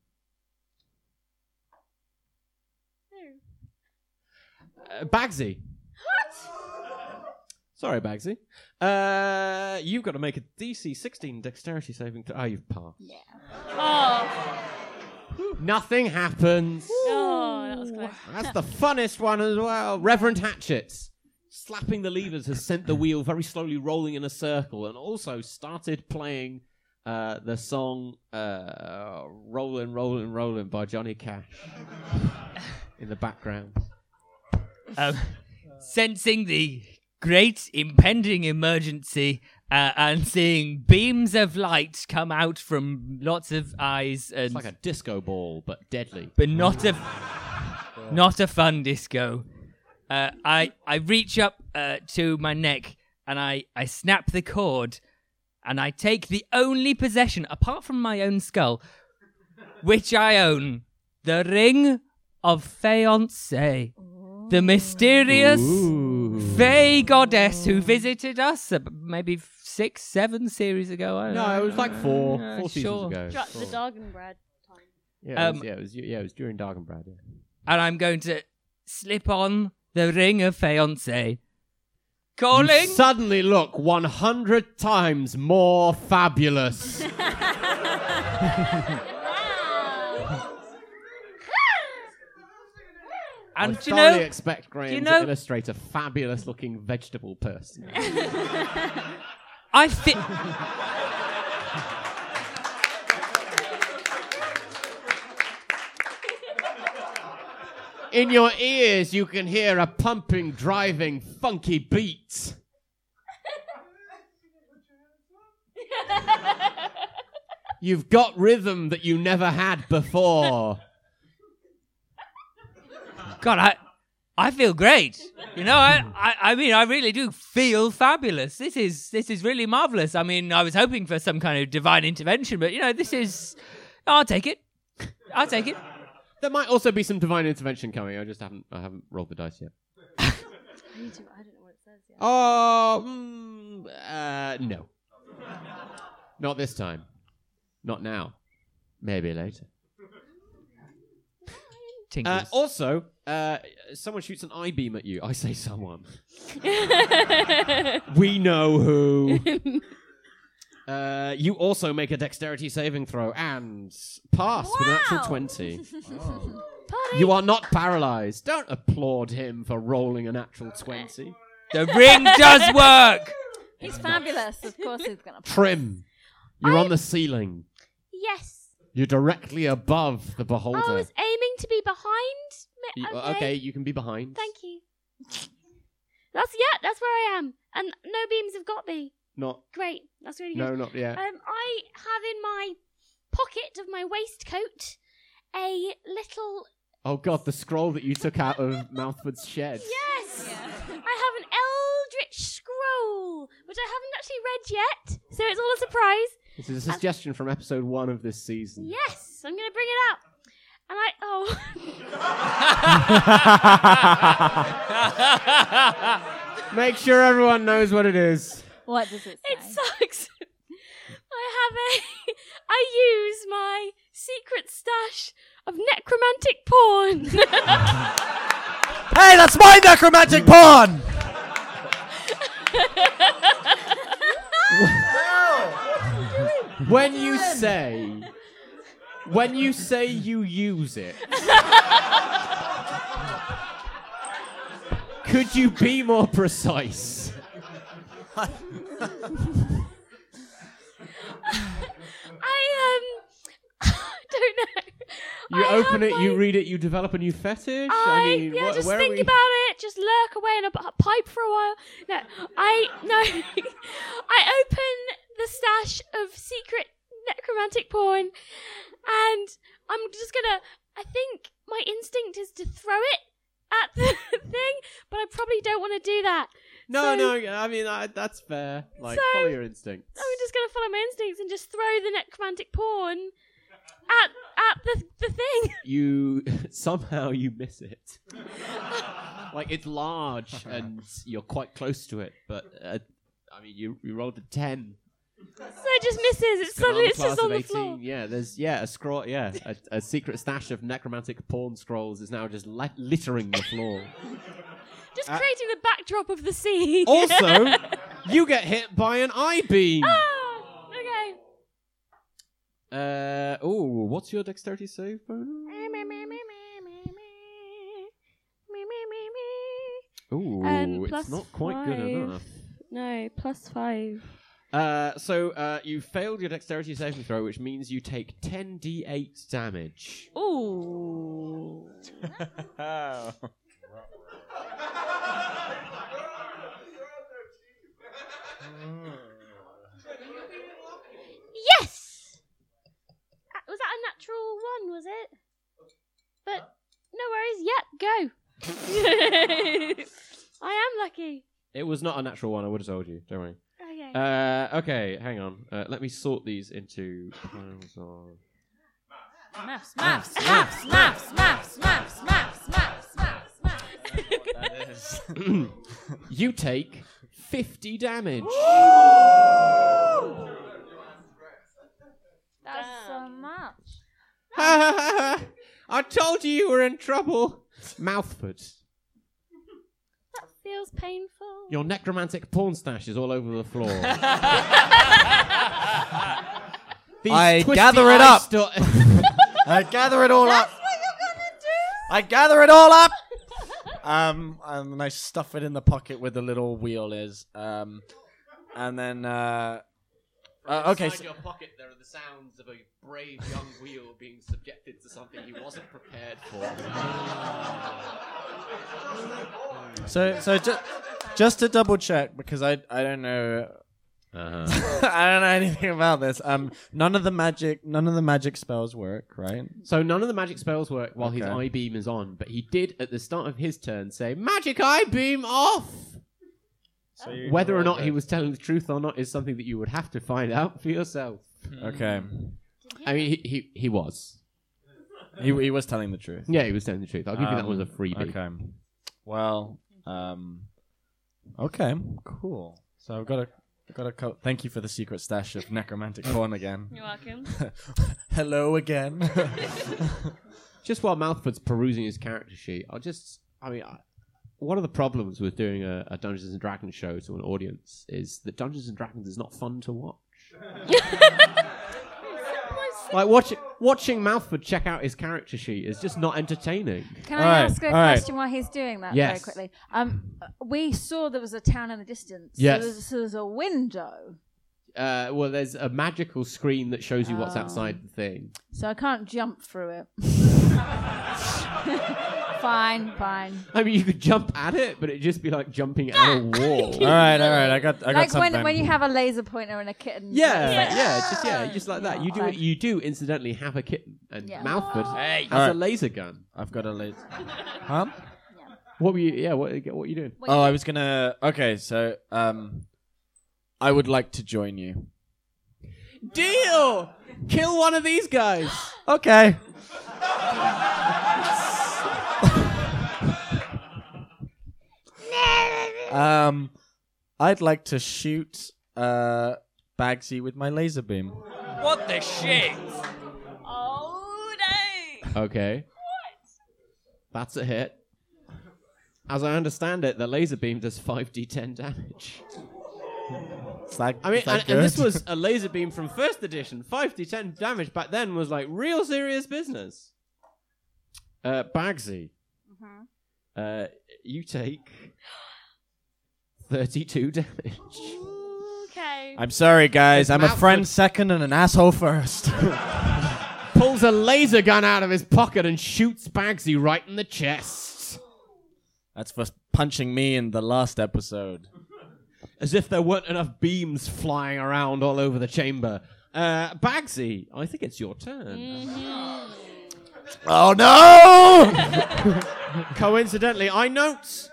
S2: Uh, Bagsy. Sorry, Bagsy. Uh, you've got to make a DC 16 dexterity saving. Th- oh, you've passed.
S11: Oh,
S2: Nothing happens.
S11: oh, that was close.
S2: That's the funnest one as well. Reverend Hatchet. Slapping the levers has sent the wheel very slowly rolling in a circle and also started playing uh, the song uh, Rollin', Rollin', Rollin' by Johnny Cash in the background.
S10: um, sensing the great impending emergency uh, and seeing beams of light come out from lots of eyes and
S2: It's like a disco ball, but deadly.
S10: but not a not a fun disco. Uh, I I reach up uh, to my neck and I I snap the cord and I take the only possession, apart from my own skull, which I own the ring of fiance, the mysterious Fey goddess who visited us ab- maybe f- six, seven series ago. I don't
S2: No,
S10: know.
S2: it was like four,
S10: Uh,
S2: four
S10: sure.
S2: seasons ago.
S11: Drop the dog and bread.
S2: Yeah, it was,
S10: Um,
S2: yeah, it was, yeah, it was during Dark and Brad. Yeah.
S10: And I'm going to slip on the ring of fiance. Calling.
S2: You suddenly look 100 times more fabulous. I Ah.
S10: and do you
S2: thoroughly
S10: know,
S2: expect Graham
S10: you know-
S2: to illustrate a fabulous looking vegetable person.
S10: I fit.
S2: In your ears, you can hear a pumping, driving, funky beat. You've got rhythm that you never had before.
S10: God, I, I feel great. You know, I, I, I mean, I really do feel fabulous. This is, this is really marvelous. I mean, I was hoping for some kind of divine intervention, but you know, this is. I'll take it. I'll take it.
S2: Uh, There might also be some divine intervention coming. I just haven't I haven't rolled the dice yet.
S5: I need to- I don't know what it says yet.
S2: Oh, mm, uh, no. Not this time. Not now. Maybe later. Uh,
S10: Tinkles.
S2: also, uh, someone shoots an I beam at you. I say someone. we know who. Uh, you also make a dexterity saving throw and pass with an actual
S6: Wow.
S2: 20. Oh.
S5: Party.
S2: You are not paralyzed. Don't applaud him for rolling a natural 20.
S10: the ring does work.
S6: He's fabulous. Of course, he's gonna.
S2: Trim. You're on the ceiling.
S5: Yes.
S2: You're directly above the beholder.
S5: I was aiming to be behind. Ma-
S2: You-
S5: Oh, okay.
S2: okay, you can be behind.
S5: Thank you. That's yeah. That's where I am, and no beams have got me.
S2: Not,
S5: Great. That's really good.
S2: no, not yet.
S5: Um, I have in my pocket of my waistcoat a little
S2: Oh god, the scroll that you took out of Mouthwood's shed.
S5: yes. I have an eldritch scroll, which I haven't actually read yet, so it's all a surprise.
S2: This is a suggestion from episode one of this season.
S5: Yes, I'm gonna bring it out. And I oh
S2: Make sure everyone knows what it is.
S6: What does it say?
S5: it sucks. I have a I use my secret stash of necromantic porn.
S9: Hey, that's my necromantic porn.
S2: When you say when you say you use it Could you be more precise?
S5: I um don't know.
S2: You
S5: I
S2: open
S5: have
S2: it,
S5: my-
S2: you read it, you develop a new fetish.
S5: I,
S2: mean,
S5: yeah,
S2: wh-
S5: just
S2: where are
S5: think
S2: we?
S5: about it. Just lurk away in a b- pipe for a while. No, I no, I open the stash of secret necromantic porn, and I'm just gonna. I think my instinct is to throw it at the thing, but I probably don't want to do that.
S2: No,
S5: So-
S2: no, I mean I, that's fair. Like
S5: So-
S2: follow your instincts.
S5: I'm just gonna follow my instincts and just throw the necromantic porn at at the the thing.
S2: you somehow you miss it. like it's large and you're quite close to it, but uh, I mean you you rolled a ten.
S5: So it just misses. It's
S2: Got an
S5: suddenly it's
S2: arm class
S5: just on
S2: of
S5: the floor.
S2: Yeah, there's yeah a scroll. Yeah, a, a secret stash of necromantic porn scrolls is now just li- littering the floor.
S5: Just creating the backdrop of the scene.
S2: Uh, also, you get hit by an eye beam.
S5: Ah, okay.
S2: Uh, oh, what's your dexterity save bonus? Ooh,
S5: Um,
S2: it's
S5: plus
S2: not quite good
S5: five.
S2: enough.
S5: No, plus five.
S2: Uh, so uh, you failed your dexterity saving throw, which means you take 10d8 damage.
S5: Ooh.
S3: Oh.
S5: Yes! Uh, Was that a natural one, was it? But no worries, yep, go. I am lucky.
S2: It was not a natural one. I would have told you. Don't worry.
S5: Okay. Okay.
S2: Uh, okay, hang on. Uh, let me sort these into piles of.
S6: Maps, maps, maps, maps, maps, maps, maps, maps, maps, maps.
S2: You take 50 damage.
S6: That's so much.
S2: I told you you were in trouble. Mouthford,
S5: That feels painful.
S2: your necromantic porn stash is all over the floor. These
S9: I
S2: twisty
S9: gather it
S2: eye
S9: up.
S2: sto-
S7: I gather it all up. I gather it all up. Um, and then I stuff it in the pocket where the little wheel is. Um, and then uh, uh okay, so,
S2: your pocket, there are the sounds of a brave young wheel being subjected to something he wasn't prepared for.
S7: so so just just to double check because I I don't know.
S2: Uh-huh.
S7: I don't know anything about this. Um, none of the magic, none of the magic spells work, right?
S2: So none of the magic spells work while his
S7: Okay.
S2: eye beam is on, but he did at the start of his turn say "magic eye beam off."
S3: So you
S2: Whether or
S3: rolled
S2: not he
S3: it.
S2: was telling the truth or not is something that you would have to find out for yourself.
S11: Mm.
S7: Okay,
S2: I mean, he he, he was.
S7: he he was telling the truth.
S2: Yeah, he was telling the truth. I'll give you that one as a
S7: Um,
S2: freebie.
S7: Okay. Well, um, okay, cool. So I've got a, I've got a. Co- thank you for the secret stash of necromantic porn again.
S11: You're welcome.
S7: Hello again.
S2: Just while Mouthford's perusing his character sheet, I'll just. I mean, I, one of the problems with doing a, a Dungeons and Dragons show to an audience is that Dungeons and Dragons is not fun to watch. like watch, watching Mouthford check out his character sheet is just not entertaining.
S6: Can
S7: All
S6: I
S7: right,
S6: ask a
S7: all right.
S6: question while he's doing that very
S2: Yes.
S6: quickly? Um, we saw there was a town in the distance.
S2: Yes.
S6: So there's, so there's a window.
S2: Uh, well, there's a magical screen that shows you what's outside the thing.
S6: So I can't jump through it. fine, fine.
S2: I mean, you could jump at it, but it'd just be like jumping at a
S7: all
S2: wall.
S7: right, all right. I got, I got
S6: like
S7: something.
S6: when, when you have a laser pointer and a kitten.
S2: Yeah, yeah, just yeah, just like that. You do,
S6: Like-
S2: you do, incidentally, have a kitten, and
S6: Yeah.
S2: Mouthford
S10: Hey.
S2: has
S7: Alright.
S2: a laser gun.
S7: I've got a late. Huh?
S2: What were you? Yeah, what, what are you doing?
S7: Oh, I was gonna. Okay, so um, I would like to join you.
S2: Deal! Kill one of these guys.
S7: Okay. um, I'd like to shoot uh Bagsy with my laser beam.
S10: What the shit?
S11: Oh, no.
S2: okay. What? That's a hit. As I understand it, the laser beam does five d10 damage.
S7: It's like
S2: I mean,
S7: it's
S2: and,
S7: like
S2: and this
S7: good.
S2: was a laser beam from first edition. Five d10 damage back then was like real serious business. Uh, Bagsy, uh, you take thirty-two damage.
S5: Okay.
S7: I'm sorry, guys. I'm a
S2: Mouthful-
S7: friend second and an asshole first.
S2: pulls a laser gun out of his pocket and shoots Bagsy right in the chest.
S7: That's for punching me in the last episode.
S2: As if there weren't enough beams flying around all over the chamber. Uh, Bagsy, I think it's your turn.
S6: Mm.
S7: Oh no!
S2: Coincidentally, I note,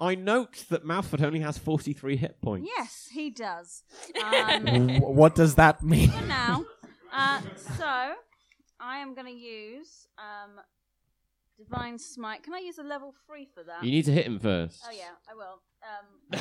S2: I note that Mouthford only has 43 hit points.
S6: Yes, he does. Um,
S7: W- what does that mean?
S6: for now. Uh, so I am going to use um, divine smite. Can I use a level three for that?
S2: You need to hit him first.
S6: oh yeah, I will.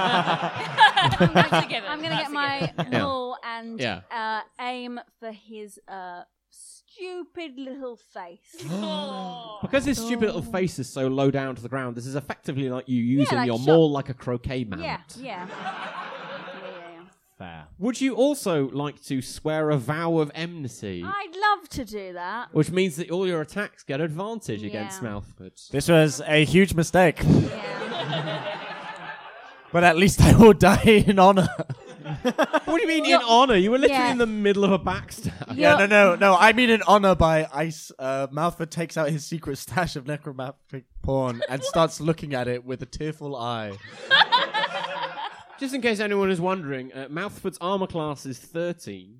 S6: Um,
S11: That's a given.
S6: I'm going to
S11: That's
S6: get
S11: a
S6: my
S11: given.
S6: maul and
S2: Yeah.
S6: uh, aim for his uh, stupid little face.
S11: Oh.
S2: Because his stupid little face is so low down to the ground, this is effectively like you using
S6: like
S2: your
S6: shot-
S2: maul like a croquet mount.
S6: yeah, yeah. Yeah, yeah, yeah.
S2: Would you also like to swear a vow of enmity?
S6: I'd love to do that.
S2: Which means that all your attacks get advantage
S6: Yeah.
S2: against Mouthford.
S7: This was a huge mistake,
S6: Yeah.
S7: but at least I will die in honor.
S2: what do you mean in honor? You were literally
S6: yeah.
S2: in the middle of a backstab.
S7: Yeah, no,
S6: You're-
S7: no, no. I mean, in honor by Ice, uh, Malfoy takes out his secret stash of necromantic porn and starts looking at it with a tearful eye.
S2: Just in case anyone is wondering, uh, Mouthford's armor class is 13.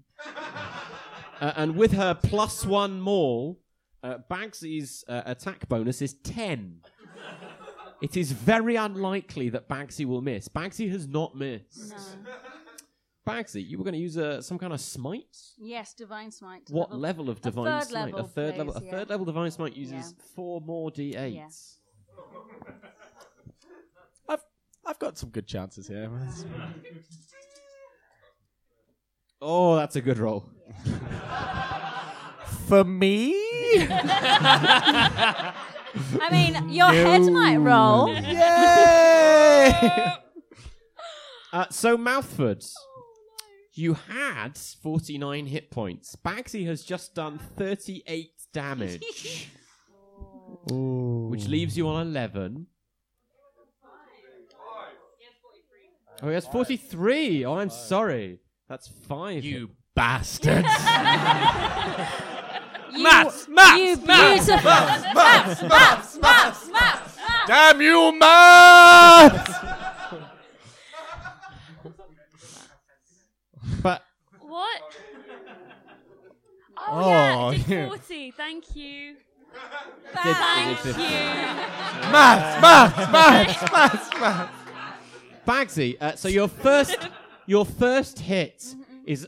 S2: Uh, and with her plus one maul, uh, Bagsy's uh, attack bonus is 10. It is very unlikely that Bagsy will miss. Bagsy has not missed. Bagsy, you were going to use uh, some kind of smite.
S6: Yes, divine smite.
S2: What level of divine
S6: third
S2: smite? a
S6: level,
S2: third level.
S6: please,
S2: A third
S6: yeah.
S2: level divine smite uses four more d8s.
S6: Yeah.
S7: I've got some good chances here.
S2: Oh, that's a good roll.
S7: For me?
S6: I mean, your head might roll.
S2: Yay! uh, so, Mouthford, you had 49 hit points. Bagsy has just done 38 damage, which leaves you on 11. Oh, he has 43. Oh, I'm sorry. That's five. You bastards.
S11: Maths, maths, you maths, beautiful. Maths, maths, maths, maths, maths,
S7: Damn you, man!
S2: but
S5: What? Oh,
S7: Oh,
S5: yeah, it
S7: yeah.
S5: did 40. Thank you.
S7: did
S5: Thank
S7: 50.
S5: you.
S7: Maths, maths, maths, maths, maths.
S2: Bagsy, uh, so your first your first hit is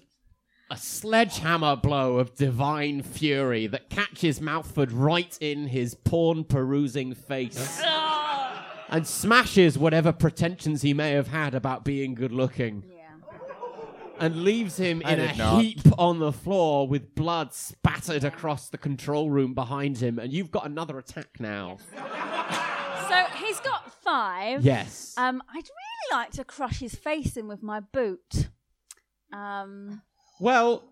S2: a sledgehammer blow of divine fury that catches Mouthford right in his porn perusing face and smashes whatever pretensions he may have had about being good looking. And leaves him
S7: I
S2: in a
S7: did not.
S2: heap on the floor with blood spattered across the control room behind him. And you've got another attack now.
S6: So he's got five.
S2: Yes.
S6: Um, I'd really like to crush his face in with my boot. Um,
S2: Well,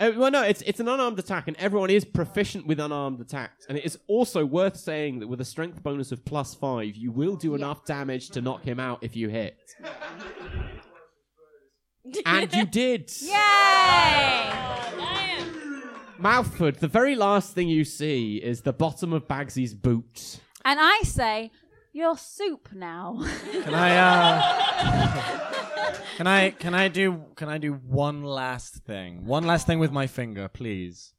S2: uh, well, no, it's it's an unarmed attack, and everyone is proficient with unarmed attacks. And it is also worth saying that with a strength bonus of plus five, you will do enough damage to knock him out if you hit. and you did. Mouthford, the very last thing you see is the bottom of Bagsy's boot.
S6: and I say, "You're soup now."
S7: Can I, uh. Can I can I do can I do one last thing? One last thing with my finger, please.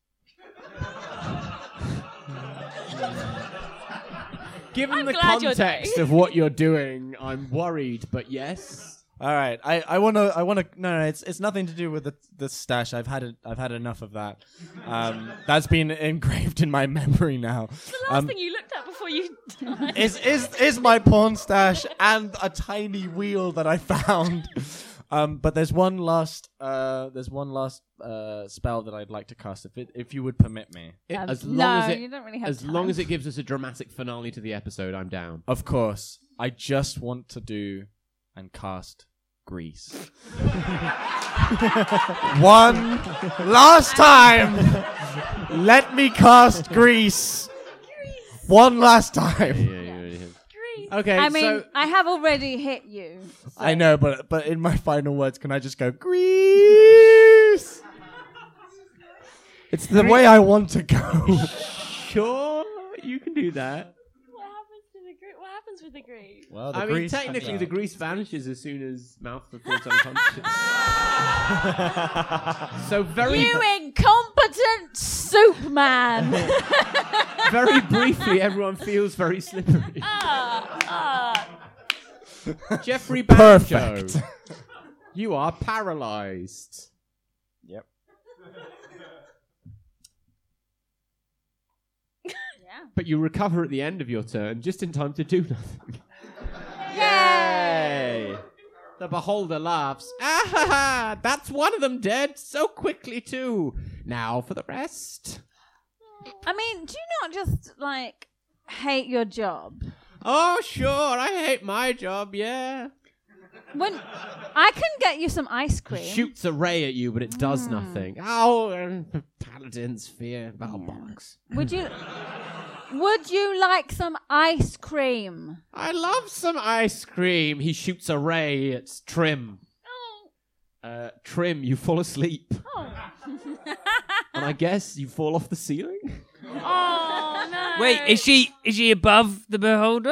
S2: Given
S11: I'm
S2: the
S11: glad you're
S2: context
S11: doing-
S2: of what you're doing, I'm worried, but yes.
S7: All right, I, I want to I want to no, no it's it's nothing to do with the, the stash. I've had it, I've had enough of that. Um, that's been engraved in my memory now.
S5: The last
S7: Um,
S5: thing you looked at before you died.
S7: is is is my porn stash and a tiny wheel that I found. Um, but there's one last uh, there's one last uh, spell that I'd like to cast if it, if you would permit me.
S2: It-
S6: Um,
S2: as long as
S6: no,
S2: it,
S6: you don't really have
S2: as long
S6: time.
S2: as it gives us a dramatic finale to the episode, I'm down.
S7: Of course, I just want to do and cast Grease. one last time. Let me cast Grease. One last time. Okay,
S6: I mean,
S7: so-
S6: I have already hit you.
S7: I know, but but in my final words, can I just go Grease? It's the way I want to go.
S2: Sure, you can do that.
S5: What happens to the group? What happens with the group?
S7: Well,
S2: I mean, technically, the grease vanishes as soon as mouth falls unconscious. so very,
S6: You incompetent soup man.
S2: very briefly, everyone feels very slippery. Jeffrey Banjo,
S7: Perfect.
S2: you are paralyzed.
S3: Yep.
S2: But you recover at the end of your turn, just in time to do nothing. Yay! The beholder laughs. Ah ha ha! That's one of them dead so quickly too. Now for the rest.
S6: I mean, do you not just like hate your job?
S2: Oh sure, I hate my job. Yeah.
S6: When I can get you some ice cream.
S2: Shoots a ray at you, but it does nothing. Oh, um, paladin's fear. Oh bollocks!
S6: Would you Would you like some ice cream?
S2: I love some ice cream. He shoots a ray at Trim.
S5: Oh,
S2: Uh, Trim, you fall asleep, Oh. and I guess you fall off the ceiling.
S5: Oh no!
S10: Wait, is she is she above the beholder?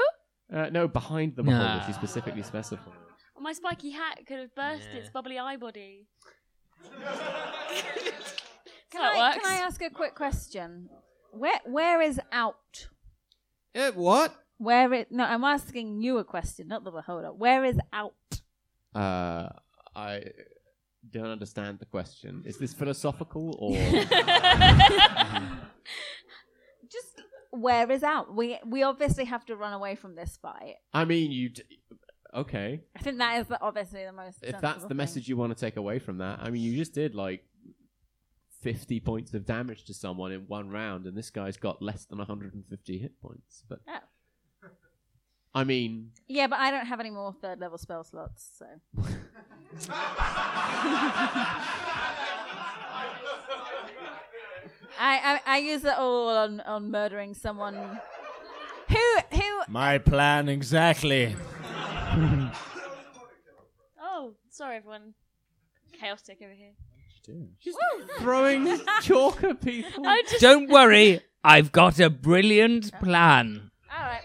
S2: Uh, no, behind the beholder, she specifically specified.
S5: My spiky hat could have burst its bubbly eye body.
S6: Can
S5: That
S6: I,
S5: works.
S6: can I ask a quick question? Where where is out?
S2: Uh, what?
S6: Where it? No, I'm asking you a question, not the beholder. Where is out?
S2: Uh, Uh, I don't understand the question. Is this philosophical or?
S6: Just wear us out. We we obviously have to run away from this fight.
S2: I mean, you. D- okay.
S6: I think that is the, obviously the most.
S2: If that's
S6: sensible
S2: the
S6: thing.
S2: message you want to take away from that, I mean, you just did like. 50 points of damage to someone in one round, and this guy's got less than 150 hit points. But
S6: Oh.
S2: I mean,
S6: Yeah, but I don't have any more third level spell slots, so. I, I I use it all on, on murdering someone. Who who?
S7: My plan exactly.
S5: Oh, sorry, everyone. Chaotic over here.
S2: She's throwing chalk at people.
S5: I just,
S10: Don't worry, I've got a brilliant plan.
S6: All right.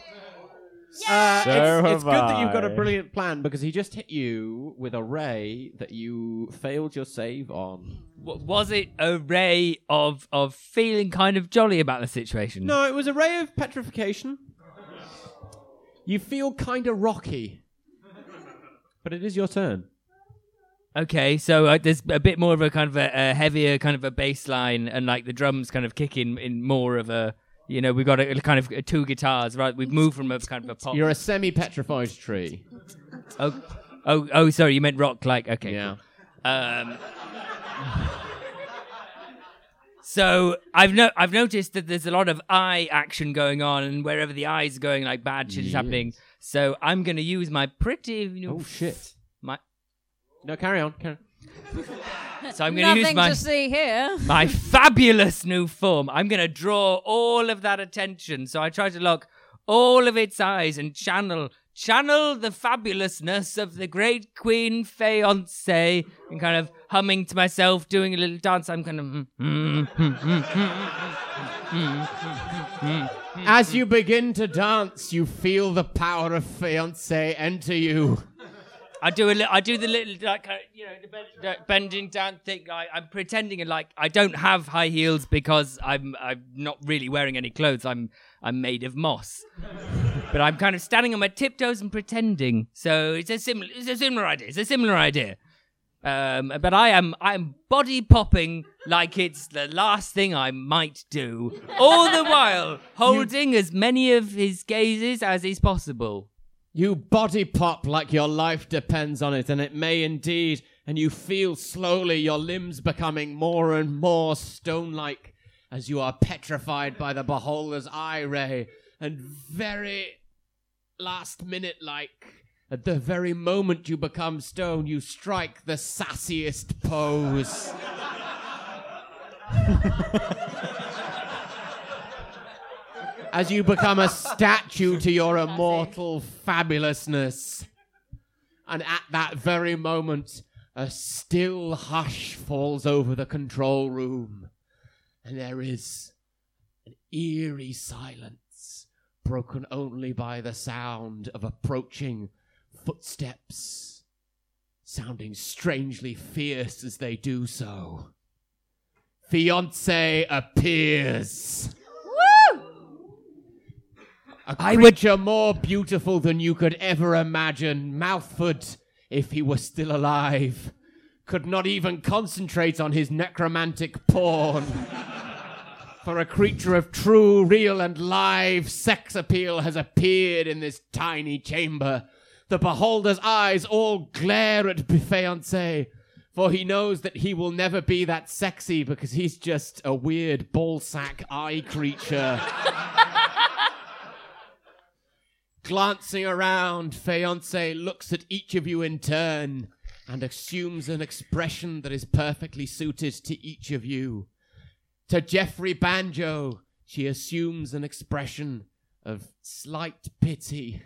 S2: Uh, it's
S3: have
S2: it's good that you've got a
S3: I.
S2: brilliant plan because he just hit you with a ray that you failed your save on.
S10: W- was it a ray of of feeling kind of jolly about the situation?
S2: No, it was a ray of petrification. You feel kind of rocky. But it is your turn.
S10: Okay, so uh, there's a bit more of a kind of a, a heavier kind of a bass line, and like the drums kind of kick in, in more of a, you know, we've got a, a kind of two guitars, right? We've moved from a kind of a pop.
S2: You're a semi petrified tree.
S10: oh, oh, oh, sorry, you meant rock like, okay.
S2: Yeah.
S10: cool. Um, so I've no, I've noticed that there's a lot of eye action going on, and wherever the eyes are going, like bad shit is happening. So I'm going to use my pretty. You know,
S2: Oh, shit.
S10: My,
S2: No, carry on. Carry on.
S10: so I'm going to use
S6: Nothing
S10: my.
S6: to see here.
S10: my fabulous new form. I'm going to draw all of that attention. So I try to lock all of its eyes and channel channel the fabulousness of the great queen fiance and kind of humming to myself doing a little dance i'm kind of mm, mm, mm, mm, mm, mm, mm, mm, mm.
S2: As you begin to dance, you feel the power of fiance enter you.
S10: i do a little i do the little like uh, you know the bend, the bending down thing I, i'm pretending and like i don't have high heels because i'm i'm not really wearing any clothes i'm i'm made of moss but I'm kind of standing on my tiptoes and pretending. So it's a similar, it's a similar idea. It's a similar idea. Um, but I am, I am body popping like it's the last thing I might do, all the while holding as many of his gazes as is possible.
S2: You body pop like your life depends on it, and it may indeed, and you feel slowly your limbs becoming more and more stone like as you are petrified by the beholder's eye ray, and very last minute like, at the very moment you become stone, you strike the sassiest pose. as you become a statue to your immortal fabulousness. And at that very moment, a still hush falls over the control room, and there is an eerie silence, broken only by the sound of approaching footsteps, sounding strangely fierce as they do so. Fiance appears. A
S10: I would-
S2: creature more beautiful than you could ever imagine, Mouthford, if he were still alive, could not even concentrate on his necromantic porn. For a creature of true, real, and live sex appeal has appeared in this tiny chamber. The beholder's eyes all glare at Fiancé, for he knows that he will never be that sexy because he's just a weird ballsack eye creature. Glancing around, Fiance looks at each of you in turn and assumes an expression that is perfectly suited to each of you. To Geoffrey Banjo, she assumes an expression of slight pity.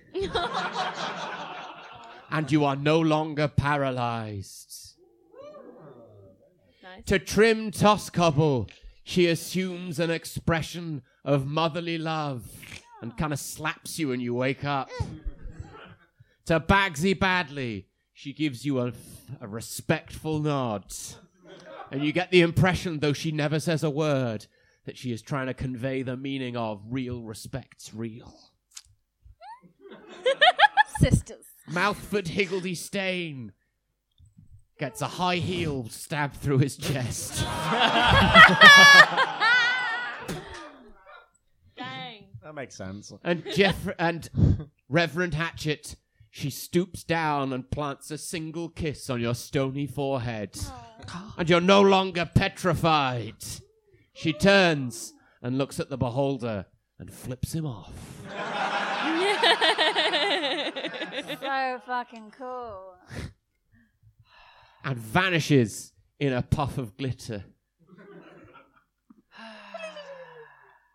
S2: and you are no longer paralyzed.
S5: Nice.
S2: To Trim Toscobble, she assumes an expression of motherly love and kind of slaps you when you wake up. to Bagsy Badley, she gives you a, a respectful nod. And you get the impression, though she never says a word, that she is trying to convey the meaning of real respects real.
S6: Sisters.
S2: Mouthford Higgledy Stain, gets a high heel stab through his chest.
S7: That makes sense.
S2: and Jeff and Reverend Hatchet, she stoops down and plants a single kiss on your stony forehead. And you're no longer petrified. She turns and looks at the beholder and flips him off.
S6: so fucking cool.
S2: and vanishes in a puff of glitter.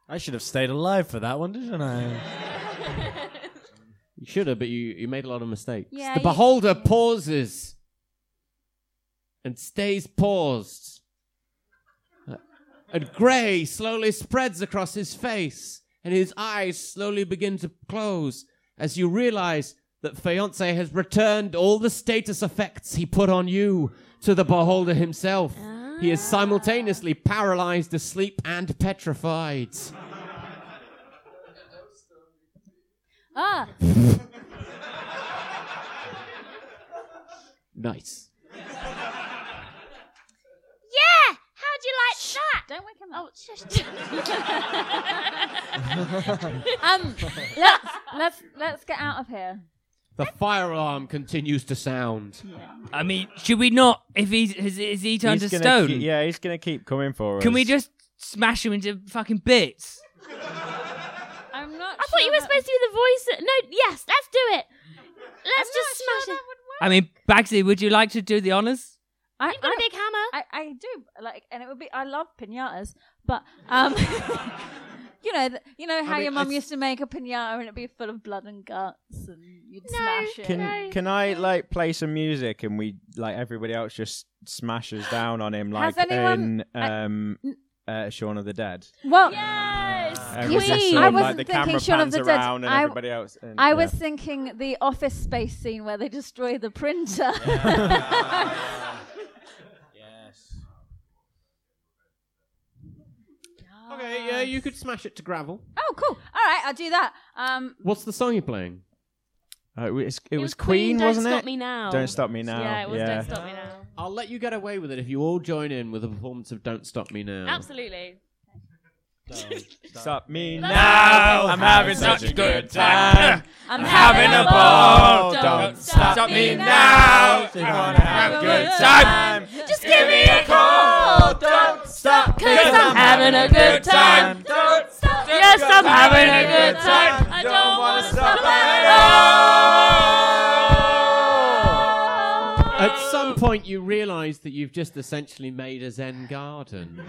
S7: I should have stayed alive for that one, didn't I?
S2: You should have, but you, you made a lot of mistakes.
S6: Yeah,
S2: the
S6: you-
S2: beholder pauses and stays paused. Uh, And grey slowly spreads across his face, and his eyes slowly begin to close as you realize that Fiance has returned all the status effects he put on you to the beholder himself. He is
S6: Ah.
S2: simultaneously paralyzed, asleep, and petrified.
S6: Ah,
S2: Nice.
S5: Yeah! How'd you like that?
S6: Don't wake him
S5: up. Oh, shush.
S6: um, let's let's let's get out of here.
S2: The fire alarm continues to sound.
S10: I mean, should we not? If he's has, is he turned
S3: He's
S10: to
S3: gonna
S10: stone?
S3: keep- yeah, he's gonna keep coming for us.
S10: Can we just smash him into fucking bits?
S6: I'm not.
S5: I thought you were supposed to be the voice. That, no, yes, let's do it. Let's just smash it.
S10: I mean, Bagsy, would you like to do the honors?
S6: I,
S5: You've got a
S6: I-
S5: big hammer.
S6: I, I do like, and it would be. I love pinatas, but um, you know, th- you know how your mum used to make a pinata and it'd be full of blood and guts, and you'd smash it.
S3: Can can I like play some music and we like everybody else just smashes down on him like
S6: Has anyone-
S3: in um uh, Shaun of the Dead.
S6: well,
S3: Everybody just
S6: Please.
S3: sort
S6: I
S3: of,
S6: wasn't
S3: like, the
S6: thinking
S3: camera
S6: Shaun of
S3: pans
S6: the Dead.
S3: around and
S6: I-
S3: everybody else. And,
S6: I
S3: yeah.
S6: was thinking the office space scene where they destroy the printer.
S2: Okay, yeah, you could smash it to gravel.
S6: oh, cool. All right, I'll do that. Um,
S2: What's the song you're playing?
S3: Uh, it was, it was
S5: was
S3: Queen,
S5: Queen, Don't
S3: wasn't it?
S5: Stop Me Now.
S3: Don't stop me now.
S5: Yeah, it was Don't Stop Me Now.
S2: I'll let you get away with it if you all join in with a performance of Don't Stop Me Now.
S5: Absolutely.
S3: Stop me
S5: That's-
S3: now. I'm having
S10: Such
S3: such a
S10: a good
S3: good time.
S6: I'm
S10: having a
S3: ball. Don't
S10: stop me now.
S3: Just wanna have a good time.
S5: Just give me a call. Don't
S3: stop.
S5: Cause I'm having a good time.
S3: Don't
S5: stop. Yes, I'm having a good time. I don't wanna stop at all.
S2: At some point, you realise that you've just essentially made a Zen garden.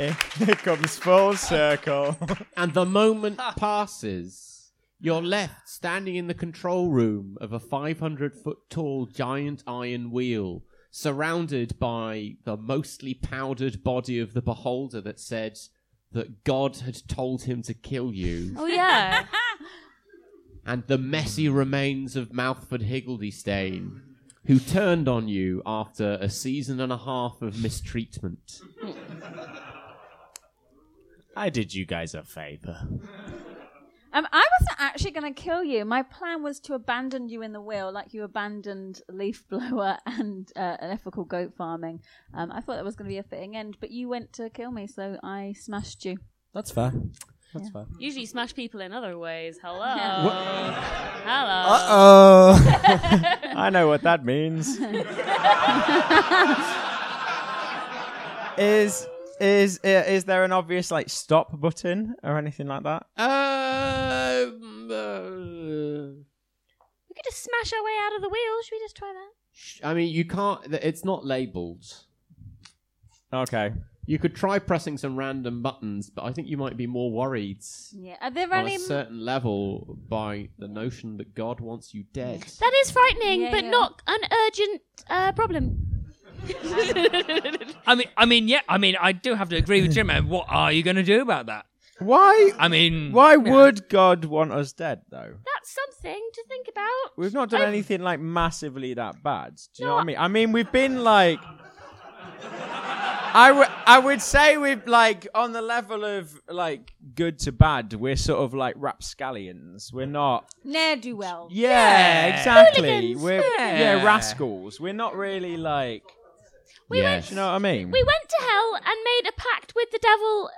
S3: It comes full circle.
S2: and the moment passes, you're left standing in the control room of a 500 foot tall giant iron wheel, surrounded by the mostly powdered body of the beholder that said that God had told him to kill you.
S5: Oh yeah.
S2: and the messy remains of Mouthford Higgledy-Stain, who turned on you after a season and a half of mistreatment.
S7: I did you guys a favor.
S6: Um, I wasn't actually going to kill you. My plan was to abandon you in the wheel, like you abandoned leaf blower and uh, an ethical goat farming. Um, I thought that was going to be a fitting end, but you went to kill me, so I smashed you.
S7: That's fair. That's fair.
S5: Usually smash people in other ways. Hello.
S6: What?
S5: Hello.
S7: Uh oh.
S3: I know what that means. is is uh, is there an obvious like stop button or anything like that?
S2: Um, uh,
S5: We could just smash our way out of the wheel. Should we just try that?
S2: sh- I mean, you can't. th- It's not labelled.
S3: Okay.
S2: You could try pressing some random buttons, but I think you might be more worried
S6: Yeah. Are there
S2: on
S6: any?
S2: a certain level by the notion that God wants you dead.
S5: That is frightening,
S6: Yeah,
S5: but
S6: yeah.
S5: not an urgent uh, problem.
S10: I mean, I mean, yeah. I mean, I do have to agree with Jim. and What are you going to do about that?
S3: Why
S10: I mean,
S3: why would God want us dead though?
S5: That's something to think about.
S3: We've not done
S5: I've-
S3: anything like massively that bad. Do you know
S5: No,
S3: what I mean? I mean, we've been like I, w- I would say we're like on the level of like good to bad. We're sort of like rapscallions. We're not.
S6: Ne'er do well.
S3: Yeah, exactly.
S5: Hooligans,
S3: We're
S5: hooligans.
S3: yeah rascals. We're not really like.
S5: We went-
S3: Do you know uh, what I mean?
S5: We went to hell and made a pact with the devil,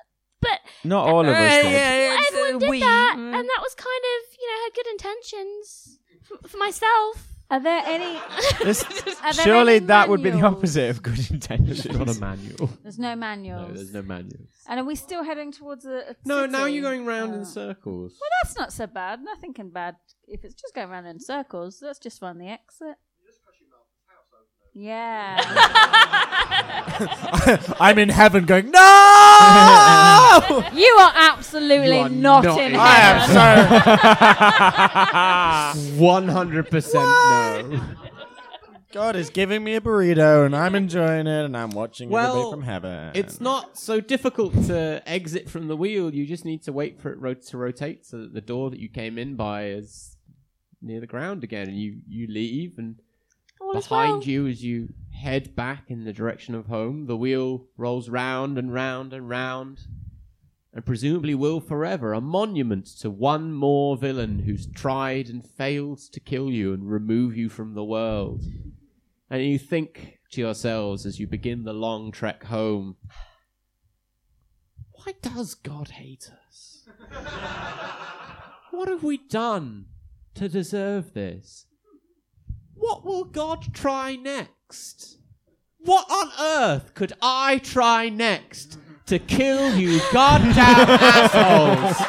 S5: but
S3: not all of
S6: Uh,
S3: us. did.
S5: not everyone did that, and that was kind of you know her good intentions for, for myself.
S6: Are there any?
S3: This-
S6: Are there
S3: surely
S6: any
S3: that would be the
S6: manuals?
S3: opposite of good intentions.
S2: It's not a manual.
S6: There's no manuals.
S2: no manual.
S6: And are we still heading towards a? a
S2: No, now
S6: city?
S2: you're going round in
S6: Oh.
S2: circles.
S6: Well, that's not so bad. Nothing can bad if it's just going round in circles. Let's just find the exit. Yeah.
S7: I'm in heaven going, no!
S6: you are absolutely not, in
S7: I am
S6: heaven.
S2: One hundred percent no.
S7: God is giving me a burrito and I'm enjoying it and I'm watching
S2: Well,
S7: everybody from heaven.
S2: It's not so difficult to exit from the wheel. You just need to wait for it ro- to rotate so that the door that you came in by is near the ground again, and you you leave. And
S5: All is
S2: behind
S5: well.
S2: you, as you head back in the direction of home, the wheel rolls round and round and round, and presumably will forever. A monument to one more villain who's tried and failed to kill you and remove you from the world. And you think to yourselves as you begin the long trek home, why does God hate us? what have we done to deserve this? What will God try next? What on earth could I try next to kill you goddamn assholes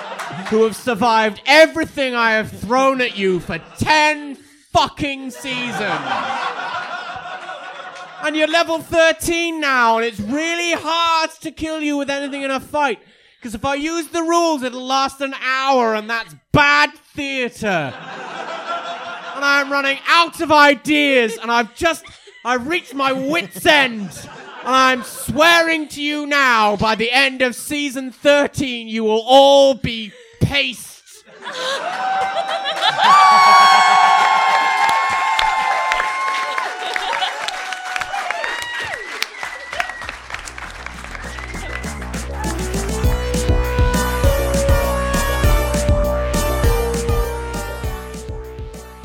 S2: who have survived everything I have thrown at you for ten fucking seasons? and you're level 13 now, and it's really hard to kill you with anything in a fight. Because if I use the rules, it'll last an hour, and that's bad theatre. and I'm running out of ideas, and I've just, I've reached my wit's end. And I'm swearing to you now, by the end of season 13, you will all be paste.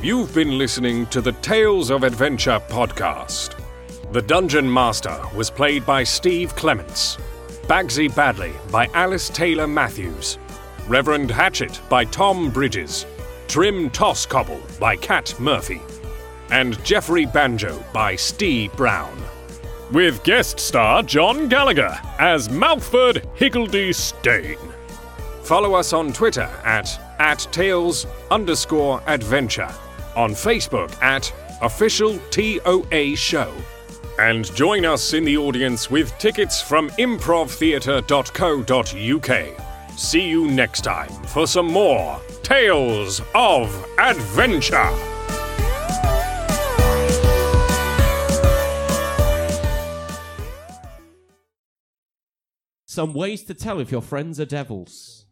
S1: You've been listening to the Tales of Adventure podcast. The Dungeon Master was played by Steve Clements, Bagsy Badley by Alice Taylor Matthews, Reverend Hatchet by Tom Bridges, Trim Tosscobble by Kat Murphy, and Jeffrey Banjo by Steve Brown. With guest star John Gallagher as Mouthford Higgledy Stain. Follow us on Twitter at, at Tales underscore adventure, on Facebook at Official TOA Show, and join us in the audience with tickets from improvtheatre.co.uk. See you next time for some more Tales of Adventure.
S2: Some ways to tell if your friends are devils.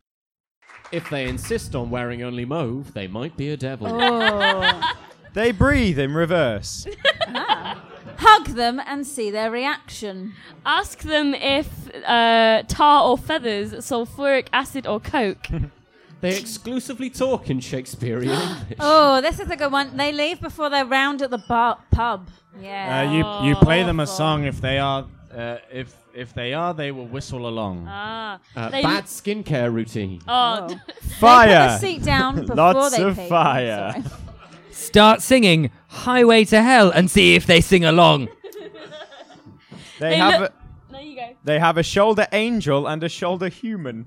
S2: If they insist on wearing only mauve, they might be a devil.
S6: Oh.
S3: They breathe in reverse.
S6: Hug them and see their reaction.
S5: Ask them if uh, tar or feathers, sulfuric acid or coke.
S2: They exclusively talk in Shakespearean English.
S6: Oh, this is a good one. They leave before they're round at the bar- pub.
S7: Uh,
S6: Yeah.
S7: you you play them a song if they are uh, if if they are they will whistle along.
S5: ah,
S2: Uh,
S5: They-
S2: bad skincare routine.
S5: oh,
S6: They put the
S3: Fire.
S6: seat down before
S3: Lots
S6: they
S3: of
S6: pee.
S3: fire.
S6: Sorry.
S10: Start singing Highway to Hell and see if they sing along.
S3: They,
S5: They
S3: have
S5: look-
S3: a,
S5: there you go.
S3: they have a shoulder angel and a shoulder human.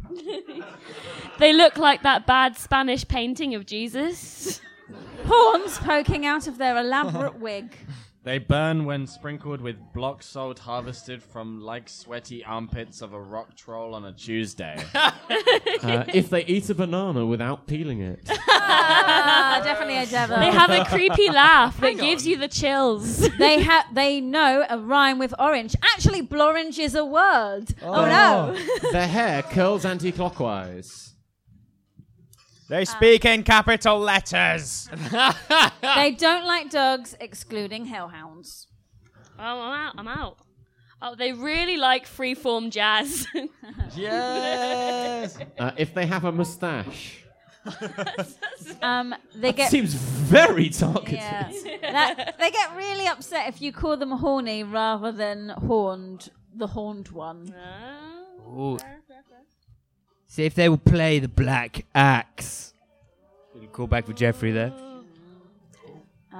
S5: They look like that bad Spanish painting of Jesus.
S6: Horns poking out of their elaborate wig.
S9: They burn when sprinkled with block salt harvested from like sweaty armpits of a rock troll on a Tuesday.
S2: Uh, if they eat a banana without peeling it.
S6: Ah, definitely a devil.
S5: They have a creepy laugh that gives you the chills.
S6: They have. They know a rhyme with orange. Actually, blorange is a word. Oh, no!
S2: Their hair curls anti-clockwise.
S6: Uh.
S3: They speak in capital letters.
S6: they don't like dogs, excluding hellhounds.
S5: Oh, I'm out. I'm out. Oh, they really like freeform jazz.
S7: yes.
S2: Uh, if they have a mustache,
S6: Um, they get
S2: seems very talkative.
S6: yeah. That- they get really upset if you call them horny rather than horned, the horned one.
S10: Ooh. See if they will play the black axe. Little call back for Jeffrey there.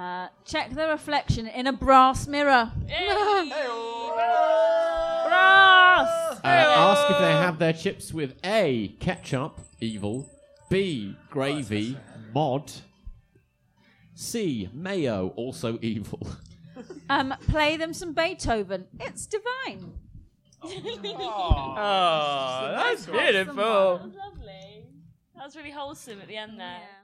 S6: Uh, check their reflection in a brass mirror. brass.
S2: Uh, ask if they have their chips with A. Ketchup, evil. B. Gravy, mod. C. Mayo, also evil.
S6: Um, play them some Beethoven. It's divine.
S10: Oh, that's
S5: That's
S10: beautiful.
S5: Lovely. That was really wholesome at the end there.